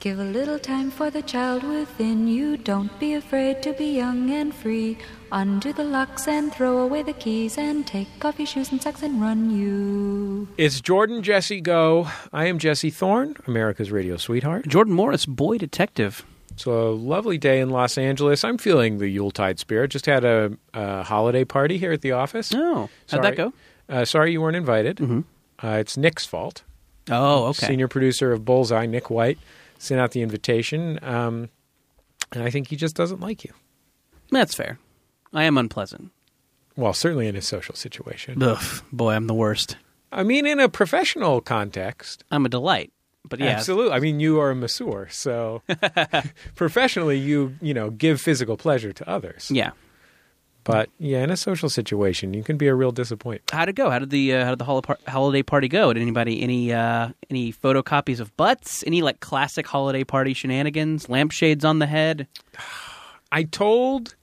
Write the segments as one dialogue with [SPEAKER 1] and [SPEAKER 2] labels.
[SPEAKER 1] Give a little time for the child within you. Don't be afraid to be young and free. Undo the locks and throw away the keys and take off your shoes and socks and run you.
[SPEAKER 2] It's Jordan Jesse Go. I am Jesse Thorne, America's radio sweetheart.
[SPEAKER 3] Jordan Morris, boy detective.
[SPEAKER 2] It's a lovely day in Los Angeles. I'm feeling the Yuletide spirit. Just had a, a holiday party here at the office.
[SPEAKER 3] Oh, how'd that go?
[SPEAKER 2] Uh, sorry you weren't invited.
[SPEAKER 3] Mm-hmm.
[SPEAKER 2] Uh, it's Nick's fault.
[SPEAKER 3] Oh, okay.
[SPEAKER 2] Senior producer of Bullseye, Nick White, sent out the invitation. Um, and I think he just doesn't like you.
[SPEAKER 3] That's fair. I am unpleasant.
[SPEAKER 2] Well, certainly in a social situation.
[SPEAKER 3] Ugh, boy, I'm the worst.
[SPEAKER 2] I mean, in a professional context.
[SPEAKER 3] I'm a delight. But yeah,
[SPEAKER 2] Absolutely. I mean, you are a masseur, so professionally, you you know give physical pleasure to others.
[SPEAKER 3] yeah.
[SPEAKER 2] But yeah, in a social situation, you can be a real disappointment.
[SPEAKER 3] How'd it go? How did the uh, how did the hol- par- holiday party go? Did anybody any uh, any photocopies of butts? Any like classic holiday party shenanigans? Lampshades on the head,
[SPEAKER 2] I told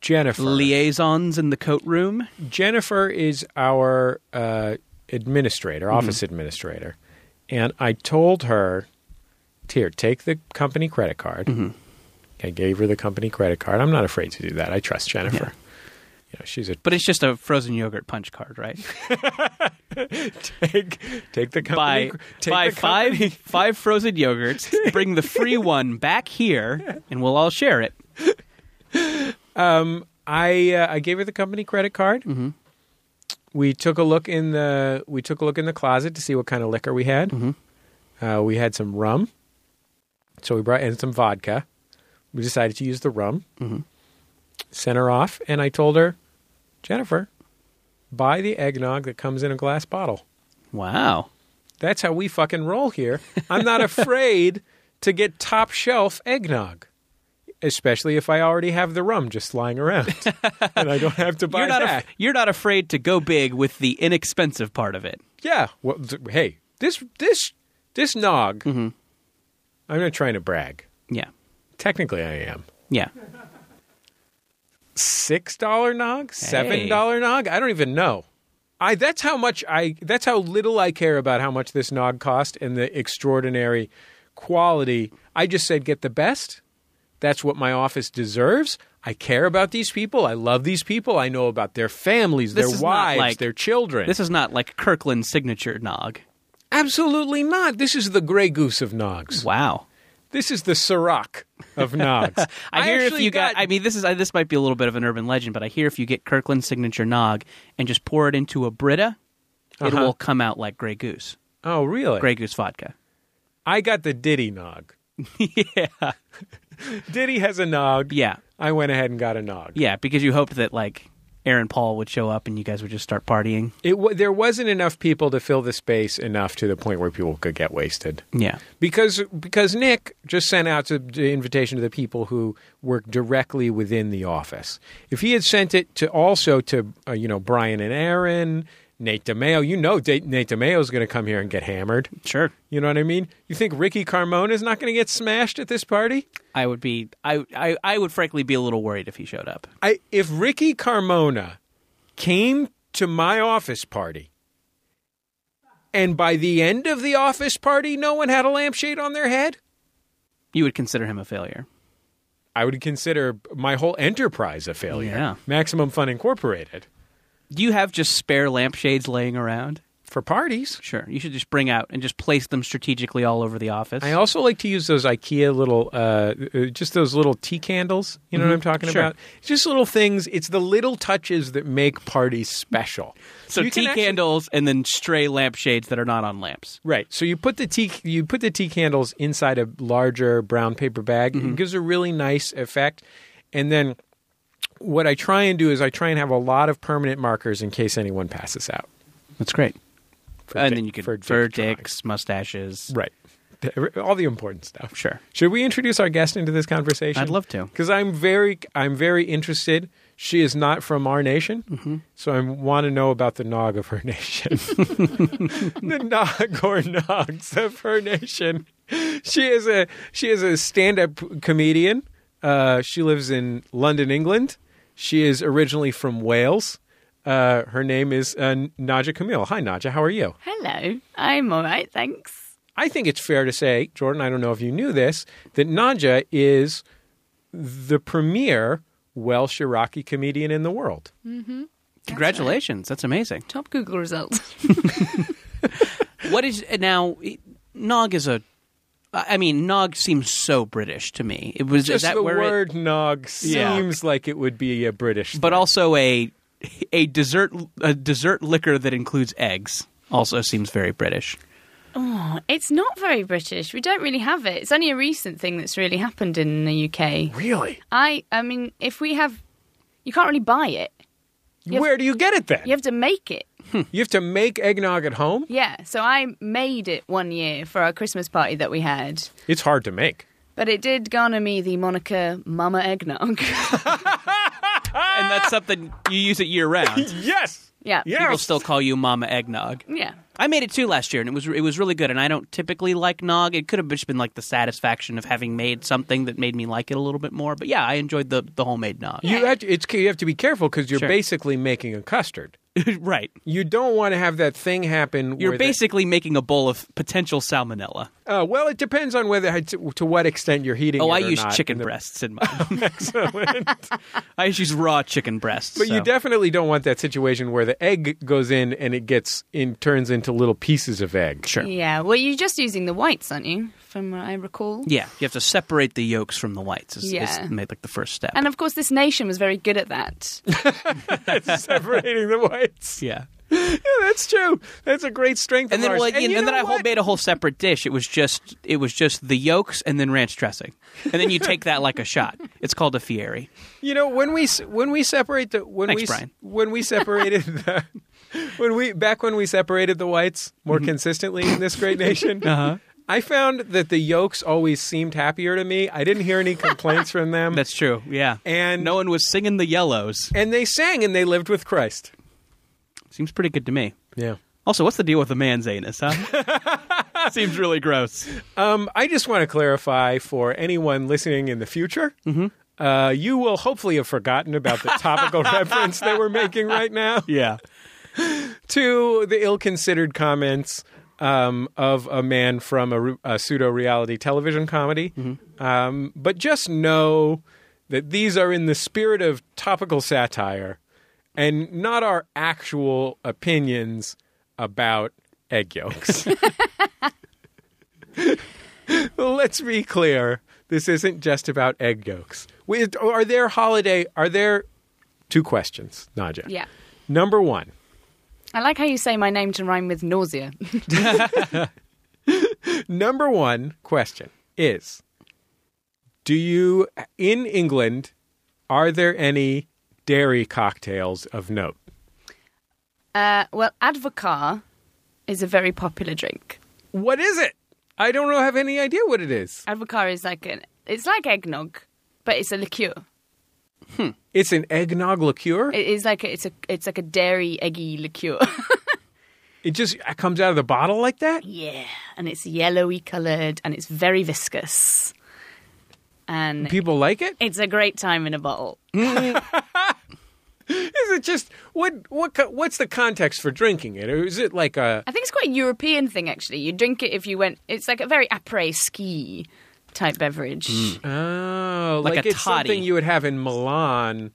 [SPEAKER 2] Jennifer.
[SPEAKER 3] liaisons in the coat room.
[SPEAKER 2] Jennifer is our uh, administrator,
[SPEAKER 3] Mm-hmm.
[SPEAKER 2] office administrator, and I told her, "Here, take the company credit card."
[SPEAKER 3] Mm-hmm.
[SPEAKER 2] I gave her the company credit card. I'm not afraid to do that. I trust Jennifer. You know, she's a
[SPEAKER 3] But it's just a frozen yogurt punch card, right?
[SPEAKER 2] take take the company
[SPEAKER 3] buy
[SPEAKER 2] cr- take
[SPEAKER 3] buy
[SPEAKER 2] the company-
[SPEAKER 3] five five frozen yogurts, bring the free one back here, and we'll all share it.
[SPEAKER 2] I uh, I gave her the company credit card. Mm-hmm. We took a look in the we took a look in the closet to see what kind of liquor we had. Uh, we had some rum, so we brought in some vodka. We decided to use the rum. Mm-hmm. Sent her off, and I told her, Jennifer, buy the eggnog that comes in a glass bottle.
[SPEAKER 3] Wow.
[SPEAKER 2] That's how we fucking roll here. I'm not afraid to get top shelf eggnog. Especially if I already have the rum just lying around, and I don't have to buy
[SPEAKER 3] You're not,
[SPEAKER 2] that.
[SPEAKER 3] af- you're not afraid to go big with the inexpensive part of it.
[SPEAKER 2] Yeah. Well, th- hey, this this this nog.
[SPEAKER 3] Mm-hmm.
[SPEAKER 2] I'm not trying to brag.
[SPEAKER 3] Yeah.
[SPEAKER 2] Technically, I am.
[SPEAKER 3] Yeah.
[SPEAKER 2] Six dollar nog, seven dollar nog. I don't even know. I that's how much I that's how little I care about how much this nog cost and the extraordinary quality. I just said get the best. That's what my office deserves. I care about these people. I love these people. I know about their families,
[SPEAKER 3] This
[SPEAKER 2] their
[SPEAKER 3] is not
[SPEAKER 2] wives,
[SPEAKER 3] like-
[SPEAKER 2] their children.
[SPEAKER 3] This is not like Kirkland's signature nog.
[SPEAKER 2] absolutely not. This is the gray goose of nogs.
[SPEAKER 3] Wow.
[SPEAKER 2] This is the Ciroc of Nogs.
[SPEAKER 3] I, hear if
[SPEAKER 2] actually
[SPEAKER 3] you got, I mean this is I, this might be a little bit of an urban legend, but I hear if you get Kirkland's signature nog and just pour it into a Brita, it will come out like Grey Goose.
[SPEAKER 2] oh really?
[SPEAKER 3] Grey Goose vodka.
[SPEAKER 2] I got the Diddy Nog. yeah. Diddy has a Nog.
[SPEAKER 3] Yeah.
[SPEAKER 2] I went ahead and got a Nog.
[SPEAKER 3] Yeah, because you hoped that like Aaron Paul would show up and you guys would just start partying.
[SPEAKER 2] It wa there wasn't enough people to fill the space enough to the point where people could get wasted.
[SPEAKER 3] Yeah.
[SPEAKER 2] Because because Nick just sent out the the invitation to the people who work directly within the office. If he had sent it to also to uh, you know Brian and Aaron, Nate DeMeo, you know Da- Nate DeMeo is going to come here and get hammered.
[SPEAKER 3] Sure.
[SPEAKER 2] You know what I mean? You think Ricky Carmona is not going to get smashed at this party?
[SPEAKER 3] I would be I, I I would frankly be a little worried if he showed up.
[SPEAKER 2] I if Ricky Carmona came to my office party and by the end of the office party no one had a lampshade on their head,
[SPEAKER 3] You would consider him a failure.
[SPEAKER 2] I would consider my whole enterprise a failure.
[SPEAKER 3] Yeah.
[SPEAKER 2] Maximum Fun Incorporated
[SPEAKER 3] Do you have just spare lampshades laying around?
[SPEAKER 2] for parties.
[SPEAKER 3] Sure. You should just bring out and just place them strategically all over the office.
[SPEAKER 2] I also like to use those IKEA little, uh, uh, just those little tea candles. You know what I'm talking
[SPEAKER 3] Mm-hmm. Sure.
[SPEAKER 2] about? It's just little things. It's the little touches that make parties special.
[SPEAKER 3] so
[SPEAKER 2] you can
[SPEAKER 3] tea
[SPEAKER 2] actually-
[SPEAKER 3] candles and then stray lampshades that are not on lamps.
[SPEAKER 2] Right. So you put the tea you put the tea candles inside a larger brown paper bag.
[SPEAKER 3] Mm-hmm.
[SPEAKER 2] It gives a really nice effect. And then what I try and do is I try and have a lot of permanent markers in case anyone passes out.
[SPEAKER 3] That's great. and
[SPEAKER 2] di-
[SPEAKER 3] then you could
[SPEAKER 2] for
[SPEAKER 3] for,
[SPEAKER 2] dick
[SPEAKER 3] dicks, mustaches.
[SPEAKER 2] Right. All the important stuff.
[SPEAKER 3] Sure.
[SPEAKER 2] Should we introduce our guest into this conversation?
[SPEAKER 3] I'd love to.
[SPEAKER 2] Because I'm very I'm very interested. She is not from our nation,
[SPEAKER 3] Mm-hmm.
[SPEAKER 2] so I want to know about the nog of her nation. the nog or nogs of her nation. She is a she is a stand up comedian. Uh, she lives in London, England. She is originally from Wales. Uh, her name is uh, Naja Camille. Hi, Naja. How are you?
[SPEAKER 4] Hello. I'm all right, thanks.
[SPEAKER 2] I think it's fair to say, Jordan, I don't know if you knew this, that Naja is the premier Welsh Iraqi comedian in the world.
[SPEAKER 3] Hmm. Congratulations. That's amazing.
[SPEAKER 1] Top Google results.
[SPEAKER 3] What is now? Nog is a. I mean, Nog seems so British to me. It was is
[SPEAKER 2] Just
[SPEAKER 3] that
[SPEAKER 2] the
[SPEAKER 3] where it-
[SPEAKER 2] word nog
[SPEAKER 3] Yeah.
[SPEAKER 2] seems like it would be a British.
[SPEAKER 3] but also a a dessert a dessert liquor that includes eggs also seems very British.
[SPEAKER 4] It's not very British. We don't really have it. It's only a recent thing that's really happened in the UK.
[SPEAKER 2] really,
[SPEAKER 4] I, I mean, if we have, you can't really buy it. have-
[SPEAKER 2] where do you get it then?
[SPEAKER 4] You have to make it.
[SPEAKER 2] You have to make eggnog at home.
[SPEAKER 4] Yeah. So I made it one year for our Christmas party that we had.
[SPEAKER 2] It's hard to make.
[SPEAKER 4] But it did garner me the moniker Mama Eggnog.
[SPEAKER 3] And that's something you use it year round.
[SPEAKER 2] Yes.
[SPEAKER 4] yeah.
[SPEAKER 2] Yeah.
[SPEAKER 3] People still call you Mama Eggnog.
[SPEAKER 4] Yeah.
[SPEAKER 3] I made it too last year, and it was it was really good. And I don't typically like nog. It could have just been like the satisfaction of having made something that made me like it a little bit more. But yeah, I enjoyed the the homemade nog.
[SPEAKER 2] You have to, it's, you have to be careful because you're
[SPEAKER 3] Sure.
[SPEAKER 2] basically making a custard.
[SPEAKER 3] right.
[SPEAKER 2] You don't want to have that thing happen.
[SPEAKER 3] You're
[SPEAKER 2] where the-
[SPEAKER 3] basically making a bowl of potential salmonella.
[SPEAKER 2] uh, well, it depends on whether to, to what extent you're heating.
[SPEAKER 3] Oh,
[SPEAKER 2] it
[SPEAKER 3] I
[SPEAKER 2] or
[SPEAKER 3] use
[SPEAKER 2] not.
[SPEAKER 3] chicken
[SPEAKER 2] And the-
[SPEAKER 3] breasts in mine. I just use raw chicken breasts.
[SPEAKER 2] But you
[SPEAKER 3] so.
[SPEAKER 2] definitely don't want that situation where the egg goes in and it gets in turns into little pieces of egg.
[SPEAKER 3] sure. Yeah.
[SPEAKER 4] Yeah. Well, you're just using the whites, aren't you? From what I recall.
[SPEAKER 3] you have to separate the yolks from the whites. Is,
[SPEAKER 4] Yeah.
[SPEAKER 3] is made like the first step.
[SPEAKER 4] And of course, this nation was very good at that.
[SPEAKER 2] separating the whites.
[SPEAKER 3] yeah.
[SPEAKER 2] Yeah, that's true. That's a great strength.
[SPEAKER 3] And
[SPEAKER 2] of
[SPEAKER 3] then,
[SPEAKER 2] ours.
[SPEAKER 3] well, and,
[SPEAKER 2] you
[SPEAKER 3] and then
[SPEAKER 2] know
[SPEAKER 3] I whole,
[SPEAKER 2] what?
[SPEAKER 3] made a whole separate dish. It was just it was just the yolks and then ranch dressing, and then you take that like a shot. It's called a fieri.
[SPEAKER 2] You know, when we s- when we separate the when
[SPEAKER 3] Thanks,
[SPEAKER 2] we s-
[SPEAKER 3] Brian.
[SPEAKER 2] when we separated the when we back when we separated the whites more
[SPEAKER 3] Mm-hmm.
[SPEAKER 2] consistently in this great nation.
[SPEAKER 3] Uh-huh.
[SPEAKER 2] I found that the yolks always seemed happier to me. I didn't hear any complaints from them.
[SPEAKER 3] That's true. Yeah,
[SPEAKER 2] And-
[SPEAKER 3] no one was singing the yellows.
[SPEAKER 2] and they sang and they lived with Christ.
[SPEAKER 3] Seems pretty good to me.
[SPEAKER 2] Yeah.
[SPEAKER 3] Also, what's the deal with a man's anus? Huh? Seems really gross.
[SPEAKER 2] Um, I just want to clarify for anyone listening in the future. Uh, you will hopefully have forgotten about the topical reference that we're making right now.
[SPEAKER 3] Yeah,
[SPEAKER 2] to the ill-considered comments um, of a man from a, re- a pseudo-reality television comedy. Um, but just know that these are in the spirit of topical satire and not our actual opinions about egg yolks. Let's be clear. This isn't just about egg yolks. With, are there holiday? Are there two questions, Naja?
[SPEAKER 4] yeah.
[SPEAKER 2] Number one,
[SPEAKER 4] I like how you say my name to rhyme with nausea.
[SPEAKER 2] Number one question is Do you, in England, are there any dairy cocktails of note?
[SPEAKER 4] Uh, well, Advocar is a very popular drink.
[SPEAKER 2] What is it? I don't know, have any idea what it is.
[SPEAKER 4] Advocar is like an it's like eggnog, but it's a liqueur.
[SPEAKER 2] It's an eggnog liqueur. It,
[SPEAKER 4] It is like a, it's a it's like a dairy eggy liqueur.
[SPEAKER 2] just it comes out of the bottle like that?
[SPEAKER 4] yeah, and it's yellowy coloured and it's very viscous, and
[SPEAKER 2] People like it?
[SPEAKER 4] it's a great time in a bottle.
[SPEAKER 2] Is it just what what co- what's the context for drinking it? Or is it like a
[SPEAKER 4] I think it's quite a European thing actually. You drink it if you went. It's like a very après ski type beverage.
[SPEAKER 2] Mm. oh,
[SPEAKER 3] Like
[SPEAKER 2] like,
[SPEAKER 3] a
[SPEAKER 2] it's
[SPEAKER 3] toddy.
[SPEAKER 2] something you would have in Milan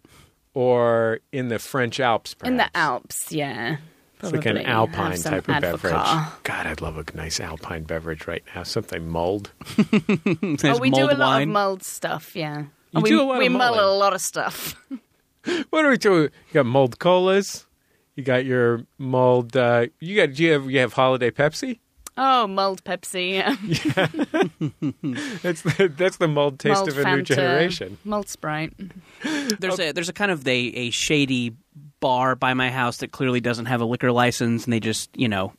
[SPEAKER 2] or in the French Alps
[SPEAKER 4] In the
[SPEAKER 2] perhaps?
[SPEAKER 4] Alps, yeah.
[SPEAKER 2] It's like an
[SPEAKER 4] Probably
[SPEAKER 2] alpine
[SPEAKER 4] have some
[SPEAKER 2] type of beverage.
[SPEAKER 4] Advocar.
[SPEAKER 2] God, I'd love a nice alpine beverage right now. Something mulled.
[SPEAKER 4] Oh,
[SPEAKER 3] There's
[SPEAKER 4] we do
[SPEAKER 3] mulled
[SPEAKER 4] a lot
[SPEAKER 3] wine.
[SPEAKER 4] of mulled stuff, yeah.
[SPEAKER 2] You
[SPEAKER 4] we
[SPEAKER 2] do a lot
[SPEAKER 4] we
[SPEAKER 2] of
[SPEAKER 4] mull a
[SPEAKER 2] mulling.
[SPEAKER 4] lot of stuff.
[SPEAKER 2] What are we doing? You got mulled colas. You got your mulled. Uh, you got. Do you have? You have holiday Pepsi.
[SPEAKER 4] Oh, mulled Pepsi, yeah.
[SPEAKER 2] That's the, that's the mulled taste
[SPEAKER 4] mulled
[SPEAKER 2] of a new
[SPEAKER 4] Fanta,
[SPEAKER 2] generation.
[SPEAKER 4] Mulled Sprite.
[SPEAKER 3] There's a there's a kind of a, a shady bar by my house that clearly doesn't have a liquor license, and they just you know,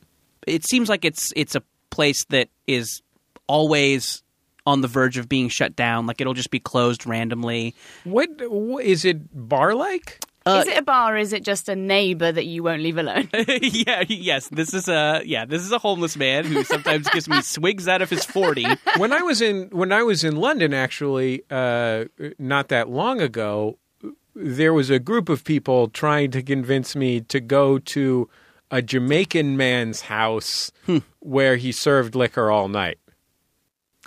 [SPEAKER 3] it seems like it's it's a place that is always on the verge of being shut down. Like it'll just be closed randomly.
[SPEAKER 2] What, what is it? Bar like?
[SPEAKER 4] is it a bar or is it just a neighbour that you won't leave alone?
[SPEAKER 3] yeah, yes. This is a yeah. This is a homeless man who sometimes gives me swigs out of his forty.
[SPEAKER 2] when I was in when I was in London, actually, uh, not that long ago, there was a group of people trying to convince me to go to a Jamaican man's house
[SPEAKER 3] Hmm.
[SPEAKER 2] where he served liquor all night.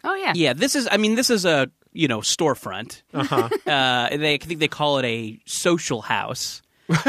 [SPEAKER 4] Oh yeah.
[SPEAKER 3] Yeah, this is. I mean, this is a you know storefront.
[SPEAKER 2] Uh-huh.
[SPEAKER 3] Uh, they I think they call it a social house.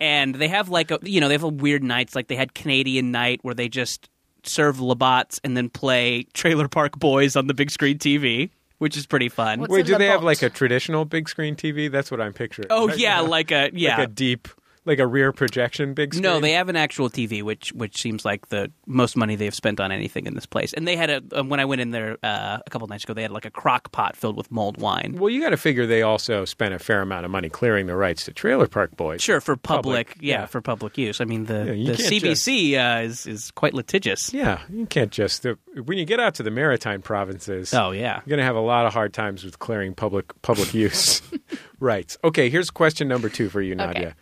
[SPEAKER 3] and they have like a you know they have a weird nights like they had Canadian night where they just serve labats and then play Trailer Park Boys on the big screen TV, which is pretty fun.
[SPEAKER 4] What's
[SPEAKER 2] Wait,
[SPEAKER 4] a
[SPEAKER 2] do they have like
[SPEAKER 4] Labatt?
[SPEAKER 2] a traditional big screen TV? That's what I'm picturing.
[SPEAKER 3] oh
[SPEAKER 2] right?
[SPEAKER 3] yeah, like a yeah.
[SPEAKER 2] like a deep, like a rear projection big screen.
[SPEAKER 3] no, they have an actual TV, which which seems like the most money they've spent on anything in this place. And they had a um, when I went in there uh, a couple nights ago, they had like a crock pot filled with mulled wine.
[SPEAKER 2] Well, you got to figure they also spent a fair amount of money clearing the rights to Trailer Park Boys.
[SPEAKER 3] Sure, for public,
[SPEAKER 2] Public,
[SPEAKER 3] yeah,
[SPEAKER 2] yeah.
[SPEAKER 3] for public use. I mean, the,
[SPEAKER 2] Yeah, you
[SPEAKER 3] the
[SPEAKER 2] can't
[SPEAKER 3] CBC uh, is is quite litigious.
[SPEAKER 2] Yeah, you can't just the, when you get out to the maritime provinces.
[SPEAKER 3] Oh yeah,
[SPEAKER 2] You're going to have a lot of hard times with clearing public public use rights. Okay, here's question number 2 for you Nadia.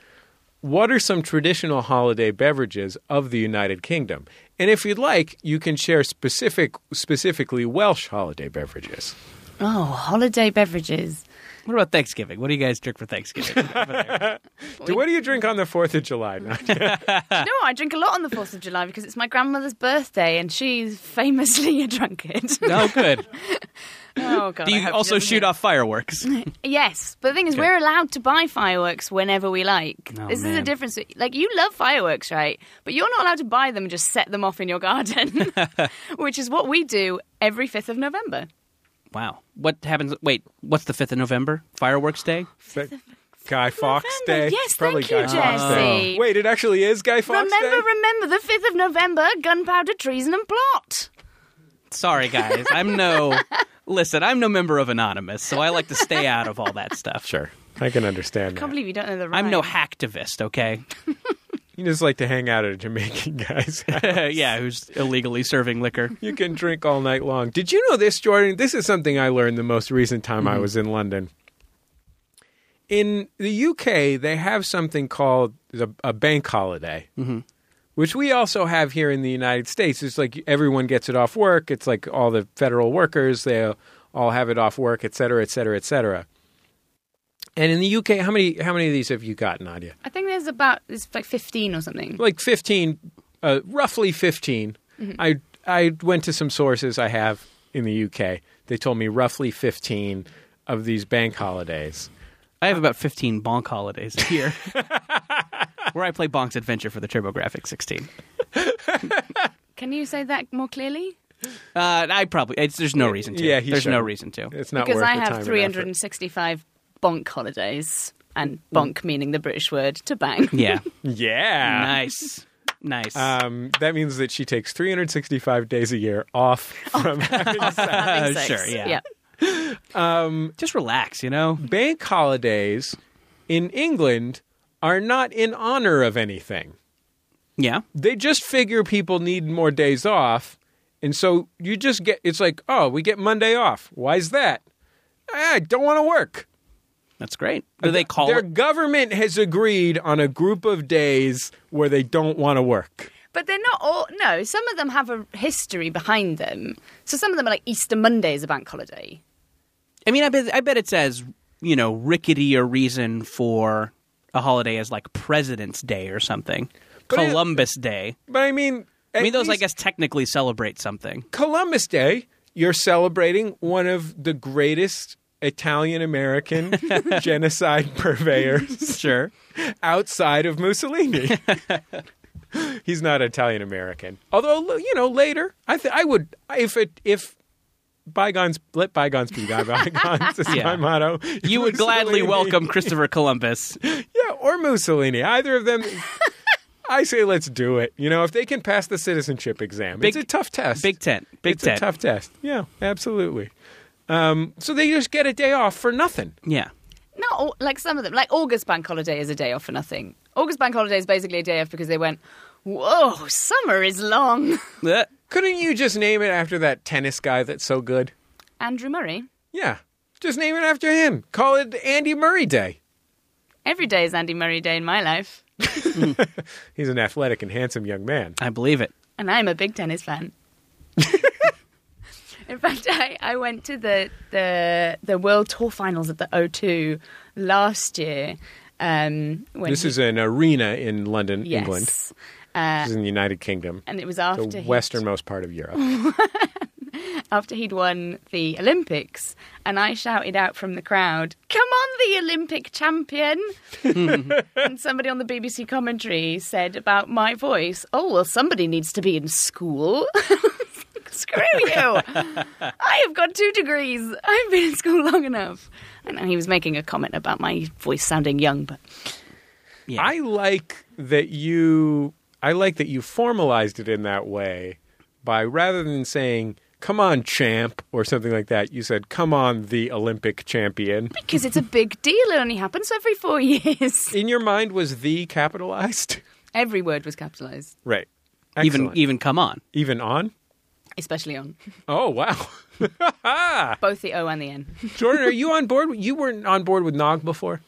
[SPEAKER 2] What are some traditional holiday beverages of the United Kingdom? And if you'd like, you can share specific specifically Welsh holiday beverages.
[SPEAKER 4] Oh, holiday beverages.
[SPEAKER 3] What about Thanksgiving? What do you guys drink for Thanksgiving?
[SPEAKER 2] Do, what do you drink on the 4th of July? Nadia?
[SPEAKER 4] no, I drink a lot on the Fourth of July because it's my grandmother's birthday and she's famously a drunkard.
[SPEAKER 3] no good.
[SPEAKER 4] oh god.
[SPEAKER 3] Do
[SPEAKER 4] I
[SPEAKER 3] you
[SPEAKER 4] hope
[SPEAKER 3] also
[SPEAKER 4] she doesn't
[SPEAKER 3] shoot
[SPEAKER 4] hear-
[SPEAKER 3] off fireworks?
[SPEAKER 4] Yes, but the thing is, we're allowed to buy fireworks whenever we like.
[SPEAKER 3] Oh,
[SPEAKER 4] this is the
[SPEAKER 3] man.
[SPEAKER 4] difference. Like you love fireworks, right? But you're not allowed to buy them and just set them off in your garden, which is what we do every fifth of November.
[SPEAKER 3] wow. What happens? Wait, what's the fifth of November? Fireworks Day?
[SPEAKER 2] But Guy Fawkes
[SPEAKER 4] November.
[SPEAKER 2] Day.
[SPEAKER 4] Yes,
[SPEAKER 2] It's probably
[SPEAKER 4] thank you,
[SPEAKER 2] Guy Fawkes Day. Oh.
[SPEAKER 4] Jesse.
[SPEAKER 2] Wait, it actually is Guy Fawkes
[SPEAKER 4] remember,
[SPEAKER 2] Day.
[SPEAKER 4] remember the fifth of November: gunpowder, treason, and plot.
[SPEAKER 3] Sorry, guys. I'm no. Listen, I'm no member of Anonymous, so I like to stay out of all that stuff.
[SPEAKER 2] Sure. I can understand
[SPEAKER 4] Can't
[SPEAKER 2] that.
[SPEAKER 4] believe you don't know the. Rhyme.
[SPEAKER 3] I'm no hacktivist, okay?
[SPEAKER 2] You just like to hang out at a Jamaican guy's house.
[SPEAKER 3] yeah, who's illegally serving liquor.
[SPEAKER 2] You can drink all night long. Did you know this, Jordan? This is something I learned the most recent time I was in London. In the UK, they have something called the, a bank holiday, which we also have here in the United States. It's like everyone gets it off work. It's like all the federal workers, they all have it off work, et cetera, et cetera, et cetera. And in the UK, how many how many of these have you got, Nadia?
[SPEAKER 4] I think there's about there's like 15 or something.
[SPEAKER 2] like 15 uh, roughly 15
[SPEAKER 4] Mm-hmm.
[SPEAKER 2] i i went to some sources i have in the uk they told me roughly 15 of these bank holidays
[SPEAKER 3] I have about 15 bonk holidays a year, where I play Bonk's Adventure for the TurboGrafx 16.
[SPEAKER 4] Can you say that more clearly?
[SPEAKER 3] Uh, I probably it's, there's no reason to.
[SPEAKER 2] yeah he
[SPEAKER 3] there's no
[SPEAKER 2] shouldn't.
[SPEAKER 3] reason to.
[SPEAKER 2] it's not
[SPEAKER 4] because
[SPEAKER 2] worth
[SPEAKER 4] I
[SPEAKER 2] the time
[SPEAKER 4] have
[SPEAKER 2] and
[SPEAKER 4] 365 bonk holidays, and bonk meaning the British word to bang.
[SPEAKER 3] Yeah,
[SPEAKER 2] effort. yeah
[SPEAKER 3] nice, nice.
[SPEAKER 2] Uh, um, that means that she takes 365 days a year off
[SPEAKER 4] Oh.
[SPEAKER 2] from having sex.
[SPEAKER 4] Having
[SPEAKER 3] Uh,
[SPEAKER 4] sex.
[SPEAKER 3] sure, yeah. Just relax, you know.
[SPEAKER 2] bank holidays in england are not in honor of anything
[SPEAKER 3] Yeah,
[SPEAKER 2] they just figure people need more days off. And so you just get, it's like, oh, we get Monday off. Why's that? Eh, I don't want to work.
[SPEAKER 3] that's great. Do they call
[SPEAKER 2] Their
[SPEAKER 3] it?
[SPEAKER 2] government has agreed on a group of days where they don't want to work.
[SPEAKER 4] But they're not all. No, some of them have a history behind them. So some of them are like Easter Monday is a bank holiday.
[SPEAKER 3] I mean, I bet I bet it says you know rickety a reason for a holiday as like President's Day or something,
[SPEAKER 2] But it-
[SPEAKER 3] Columbus Day.
[SPEAKER 2] But I mean,
[SPEAKER 3] I mean, those I guess technically celebrate something.
[SPEAKER 2] Columbus Day, you're celebrating one of the greatest Italian American genocide purveyors
[SPEAKER 3] Sure.
[SPEAKER 2] outside of Mussolini. He's not Italian American. Although l- you know, later I th- I would if it if bygones let bygones be bygones is
[SPEAKER 3] Yeah.
[SPEAKER 2] my motto.
[SPEAKER 3] You would gladly
[SPEAKER 2] Mussolini-
[SPEAKER 3] welcome Christopher Columbus.
[SPEAKER 2] yeah, or Mussolini, either of them. I say let's do it. You know, if they can pass the citizenship exam, it's
[SPEAKER 3] Big-
[SPEAKER 2] a tough test.
[SPEAKER 3] Big tent. Big
[SPEAKER 2] it's
[SPEAKER 3] tent.
[SPEAKER 2] a tough test. Yeah, absolutely. Um, so they just get a day off for nothing.
[SPEAKER 3] Yeah.
[SPEAKER 4] Not all, like some of them. Like August bank holiday is a day off for nothing. August bank holiday is basically a day off because they went, whoa, summer is long.
[SPEAKER 3] Uh,
[SPEAKER 2] Couldn't you just name it after that tennis guy that's so good?
[SPEAKER 4] Andrew Murray.
[SPEAKER 2] Yeah. Just name it after him. Call it Andy Murray Day.
[SPEAKER 4] Every day is Andy Murray Day in my life.
[SPEAKER 2] He's an athletic and handsome young man.
[SPEAKER 3] I believe it.
[SPEAKER 4] and I'm a big tennis fan. In fact, I, I went to the, the the World Tour Finals at the O2 last year. Um, when
[SPEAKER 2] This
[SPEAKER 4] he-
[SPEAKER 2] is an arena in London,
[SPEAKER 4] yes.
[SPEAKER 2] England.
[SPEAKER 4] Uh,
[SPEAKER 2] This is in the United Kingdom,
[SPEAKER 4] and it was after
[SPEAKER 2] the
[SPEAKER 4] he'd-
[SPEAKER 2] westernmost part of Europe.
[SPEAKER 4] after he'd won the Olympics, and I shouted out from the crowd, "Come on, the Olympic champion!" and somebody on the BBC commentary said about my voice, "Oh well, somebody needs to be in school." Screw you! I have got two degrees. I've been in school long enough. I know he was making a comment about my voice sounding young, but
[SPEAKER 3] Yeah.
[SPEAKER 2] I like that you. I like that you formalized it in that way by rather than saying "Come on, champ" or something like that, you said "Come on, the Olympic champion."
[SPEAKER 4] because it's a big deal, it only happens every four years.
[SPEAKER 2] In your mind, was "the" capitalized?
[SPEAKER 4] Every word was capitalized,
[SPEAKER 2] Right.
[SPEAKER 3] even
[SPEAKER 2] Excellent.
[SPEAKER 3] even come on.
[SPEAKER 2] even on.
[SPEAKER 4] especially on
[SPEAKER 2] Oh wow,
[SPEAKER 4] both the O and the N.
[SPEAKER 2] Jordan, are you on board? You weren't on board with Nog before.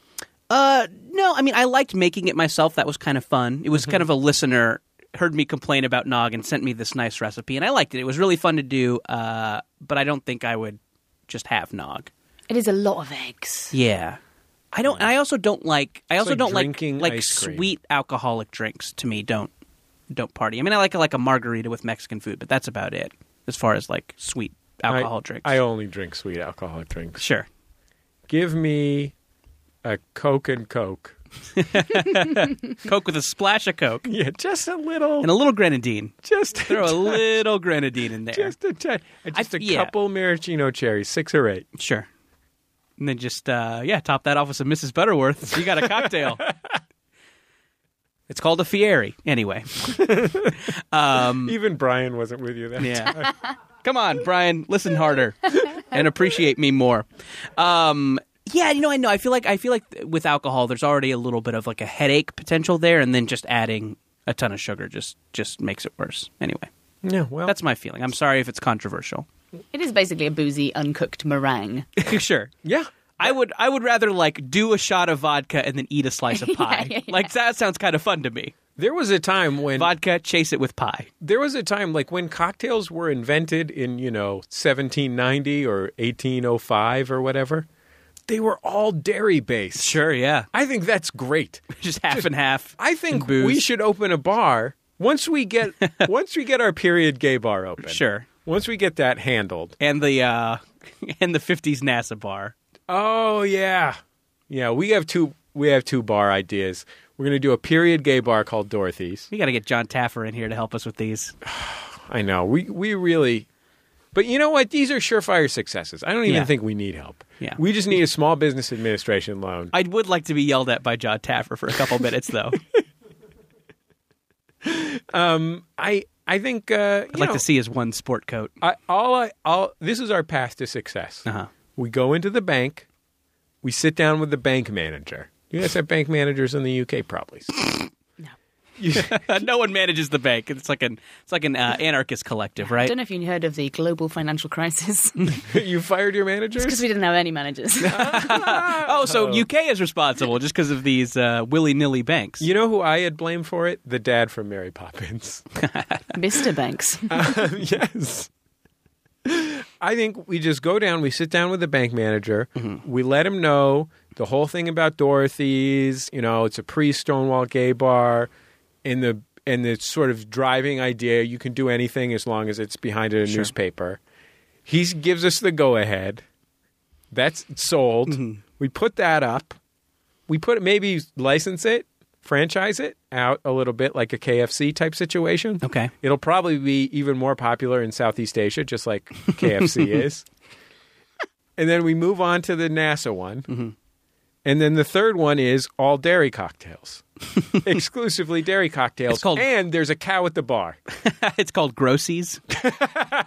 [SPEAKER 3] Uh, no, I mean I liked making it myself. That was kind of fun. It was kind of a listener heard me complain about nog and sent me this nice recipe, and I liked it. It was really fun to do. Uh, but I don't think I would just have nog.
[SPEAKER 4] It is a lot of eggs.
[SPEAKER 3] Yeah. I don't. And I also don't like. I also
[SPEAKER 2] like
[SPEAKER 3] don't like
[SPEAKER 2] drinking
[SPEAKER 3] like
[SPEAKER 2] ice cream.
[SPEAKER 3] sweet alcoholic drinks. To me, don't don't party. I mean, I like like a margarita with Mexican food, but that's about it as far as like sweet alcohol
[SPEAKER 2] I,
[SPEAKER 3] drinks.
[SPEAKER 2] I only drink sweet alcoholic drinks.
[SPEAKER 3] sure.
[SPEAKER 2] Give me a Coke and Coke.
[SPEAKER 3] Coke with a splash of Coke
[SPEAKER 2] Yeah, just a little.
[SPEAKER 3] and a little grenadine.
[SPEAKER 2] just
[SPEAKER 3] Throw
[SPEAKER 2] a,
[SPEAKER 3] a little grenadine in there.
[SPEAKER 2] just a touch. Just a
[SPEAKER 3] yeah.
[SPEAKER 2] couple maraschino cherries, six or eight.
[SPEAKER 3] Sure. And then just uh, yeah, top that off with some Mrs. Butterworth. So you got a cocktail. it's called a Fieri. Anyway. um,
[SPEAKER 2] Even Brian wasn't with you then.
[SPEAKER 3] yeah. Come on, Brian, listen harder and appreciate me more. Um, yeah, you know, I know. I feel like I feel like with alcohol, there's already a little bit of like a headache potential there, and then just adding a ton of sugar just just makes it worse. Anyway,
[SPEAKER 2] Yeah. Well,
[SPEAKER 3] that's my feeling. I'm sorry if it's controversial.
[SPEAKER 4] It is basically a boozy, uncooked meringue.
[SPEAKER 3] sure.
[SPEAKER 2] yeah.
[SPEAKER 3] I would I would rather like do a shot of vodka and then eat a slice of pie.
[SPEAKER 4] yeah, yeah.
[SPEAKER 3] Like that sounds kind of fun to me.
[SPEAKER 2] There was a time when
[SPEAKER 3] Vodka, chase it with pie.
[SPEAKER 2] there was a time like when cocktails were invented in you know 1790 or 1805 or whatever. They were all dairy based.
[SPEAKER 3] Sure, yeah.
[SPEAKER 2] I think that's great.
[SPEAKER 3] Just half and half.
[SPEAKER 2] I think
[SPEAKER 3] And booze.
[SPEAKER 2] we should open a bar once we get once we get our period gay bar open.
[SPEAKER 3] Sure.
[SPEAKER 2] Once we get that handled.
[SPEAKER 3] And the uh and the 50s NASA bar.
[SPEAKER 2] Oh yeah. Yeah, we have two we have two bar ideas. We're going to do a period gay bar called Dorothy's.
[SPEAKER 3] We got to get John Taffer in here to help us with these.
[SPEAKER 2] I know. We we really But you know what? These are surefire successes. I don't even
[SPEAKER 3] Yeah.
[SPEAKER 2] think we need help.
[SPEAKER 3] Yeah.
[SPEAKER 2] We just need a small business administration loan.
[SPEAKER 3] I would like to be yelled at by John Taffer for a couple minutes though.
[SPEAKER 2] I I think uh,
[SPEAKER 3] I'd like to see his one sport coat.
[SPEAKER 2] I, all I all this is our path to success.
[SPEAKER 3] Uh-huh.
[SPEAKER 2] We go into the bank, we sit down with the bank manager. You guys have bank managers in the UK, probably.
[SPEAKER 3] Uh, no one manages the bank. It's like an it's like an uh, anarchist collective,
[SPEAKER 4] I
[SPEAKER 3] right?
[SPEAKER 4] don't know if you heard of the global financial crisis.
[SPEAKER 2] you fired your
[SPEAKER 4] because
[SPEAKER 2] managers?
[SPEAKER 4] we didn't have any managers.
[SPEAKER 3] Oh, so UK is responsible just because of these uh, willy-nilly banks.
[SPEAKER 2] You know who I had blamed for it? The dad from Mary Poppins.
[SPEAKER 4] Mr. Banks.
[SPEAKER 2] yes. I think we just go down, we sit down with the bank manager, we let him know the whole thing about Dorothy's, you know, it's a pre Stonewall gay bar, and the and the sort of driving idea you can do anything as long as it's behind a newspaper. He gives us the go ahead. That's sold. We put that up. We put maybe license it, franchise it out a little bit like a KFC type situation.
[SPEAKER 3] Okay.
[SPEAKER 2] It'll probably be even more popular in Southeast Asia, just like KFC is. And then we move on to the NASA one.
[SPEAKER 3] Mm-hmm.
[SPEAKER 2] And then the third one is all dairy cocktails, exclusively dairy cocktails.
[SPEAKER 3] It's called-
[SPEAKER 2] and there's a cow at the bar.
[SPEAKER 3] it's called Grossies.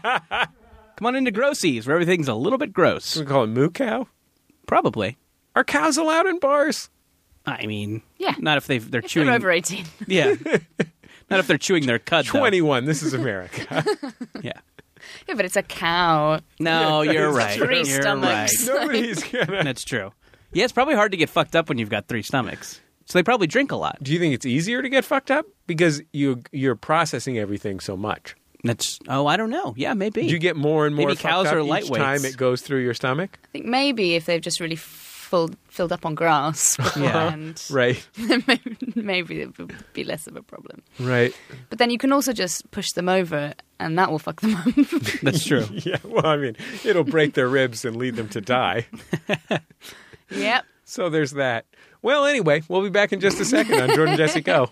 [SPEAKER 3] Come on into Grossies, where everything's a little bit gross.
[SPEAKER 2] We call it moo cow.
[SPEAKER 3] Probably.
[SPEAKER 2] Are cows allowed in bars?
[SPEAKER 3] I mean,
[SPEAKER 4] Yeah.
[SPEAKER 3] Not if they've, they're
[SPEAKER 4] If
[SPEAKER 3] chewing.
[SPEAKER 4] They're over 18.
[SPEAKER 3] Yeah. not if they're chewing their cud. though.
[SPEAKER 2] 21. This is America.
[SPEAKER 3] Yeah.
[SPEAKER 4] Yeah, but it's a cow.
[SPEAKER 3] No, you're right.
[SPEAKER 4] Three
[SPEAKER 3] you're
[SPEAKER 4] stomachs.
[SPEAKER 2] Nobody's gonna.
[SPEAKER 3] right. That's true. Yeah, it's probably hard to get fucked up when you've got three stomachs. So they probably drink a lot.
[SPEAKER 2] Do you think it's easier to get fucked up because you you're processing everything so much?
[SPEAKER 3] That's oh, I don't know. Yeah, maybe.
[SPEAKER 2] Do you get more and more
[SPEAKER 3] Maybe
[SPEAKER 2] fucked
[SPEAKER 3] cows
[SPEAKER 2] up
[SPEAKER 3] are
[SPEAKER 2] each time
[SPEAKER 3] lightweights.
[SPEAKER 2] it goes through your stomach?
[SPEAKER 4] I think maybe if they've just really filled filled up on grass beforehand,
[SPEAKER 2] Right.
[SPEAKER 4] maybe it would be less of a problem.
[SPEAKER 2] Right.
[SPEAKER 4] But then you can also just push them over, and that will fuck them up.
[SPEAKER 3] That's true.
[SPEAKER 2] Yeah. Well, I mean, it'll break their ribs and lead them to die.
[SPEAKER 4] yep.
[SPEAKER 2] So there's that. Well, anyway, we'll be back in just a second on Jordan Jesse Go.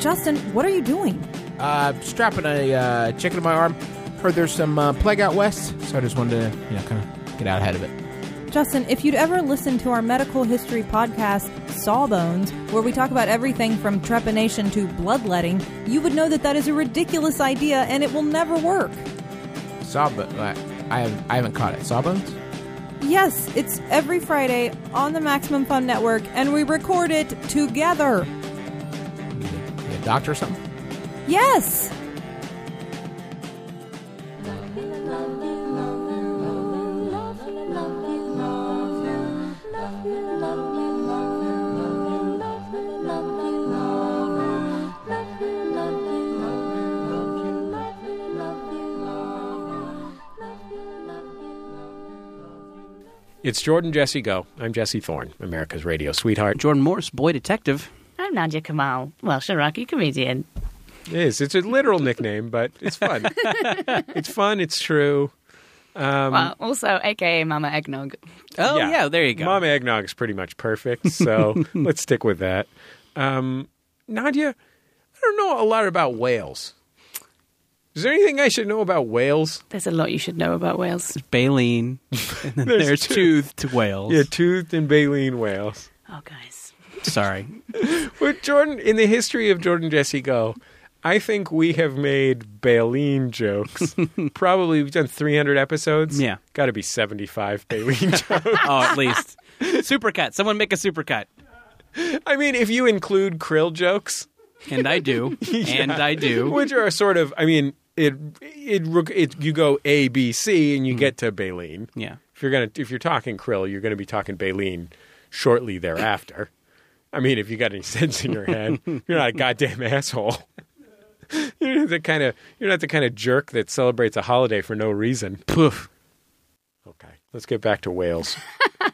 [SPEAKER 5] Justin, what are you doing?
[SPEAKER 6] Uh, strapping a uh, chicken to my arm. Heard there's some uh, plague out west, so I just wanted to, you know, kind of get out ahead of it.
[SPEAKER 5] Justin, if you'd ever listened to our medical history podcast, Sawbones, where we talk about everything from trepanation to bloodletting, you would know that that is a ridiculous idea and it will never work.
[SPEAKER 6] Sawbones. uh, I, have, I haven't caught it. Sawbones?
[SPEAKER 5] Yes, it's every Friday on the Maximum Fun Network, and we record it together.
[SPEAKER 6] You need a, you need a doctor or something?
[SPEAKER 5] Yes!
[SPEAKER 2] It's Jordan Jesse Go. I'm Jesse Thorne, America's radio sweetheart.
[SPEAKER 3] Jordan Morse, boy detective.
[SPEAKER 4] I'm Nadia Kamal, Welsh Iraqi comedian.
[SPEAKER 2] It is. It's a literal nickname, but it's fun. it's fun. It's true.
[SPEAKER 4] well, also AKA Mama Eggnog.
[SPEAKER 3] Oh yeah, there you go.
[SPEAKER 2] Mom eggnog is pretty much perfect, so let's stick with that. Um, Nadia, I don't know a lot about whales. Is there anything I should know about whales?
[SPEAKER 4] There's a lot you should know about Wales.
[SPEAKER 3] baleen. And then
[SPEAKER 2] There's
[SPEAKER 3] there's,
[SPEAKER 2] tooth.
[SPEAKER 3] toothed whales.
[SPEAKER 2] Yeah, toothed and baleen whales.
[SPEAKER 4] Oh, guys.
[SPEAKER 3] Sorry.
[SPEAKER 2] But Jordan, in the history of Jordan Jesse Go, I think we have made baleen jokes. Probably we've done 300 episodes.
[SPEAKER 3] Yeah.
[SPEAKER 2] got to be 75 baleen jokes.
[SPEAKER 3] Oh, at least supercut. Someone make a supercut.
[SPEAKER 2] I mean, if you include krill jokes,
[SPEAKER 3] And I do. And I do.
[SPEAKER 2] which are sort of, I mean, it it, reg- it you go A B C and you get to baleen.
[SPEAKER 3] Yeah.
[SPEAKER 2] If you're gonna if you're talking krill, you're gonna be talking baleen shortly thereafter. I mean, if you got any sense in your head, you're not a goddamn asshole. You're not the kind of you're not the kind of jerk that celebrates a holiday for no reason.
[SPEAKER 3] Poof.
[SPEAKER 2] Okay, let's get back to Wales.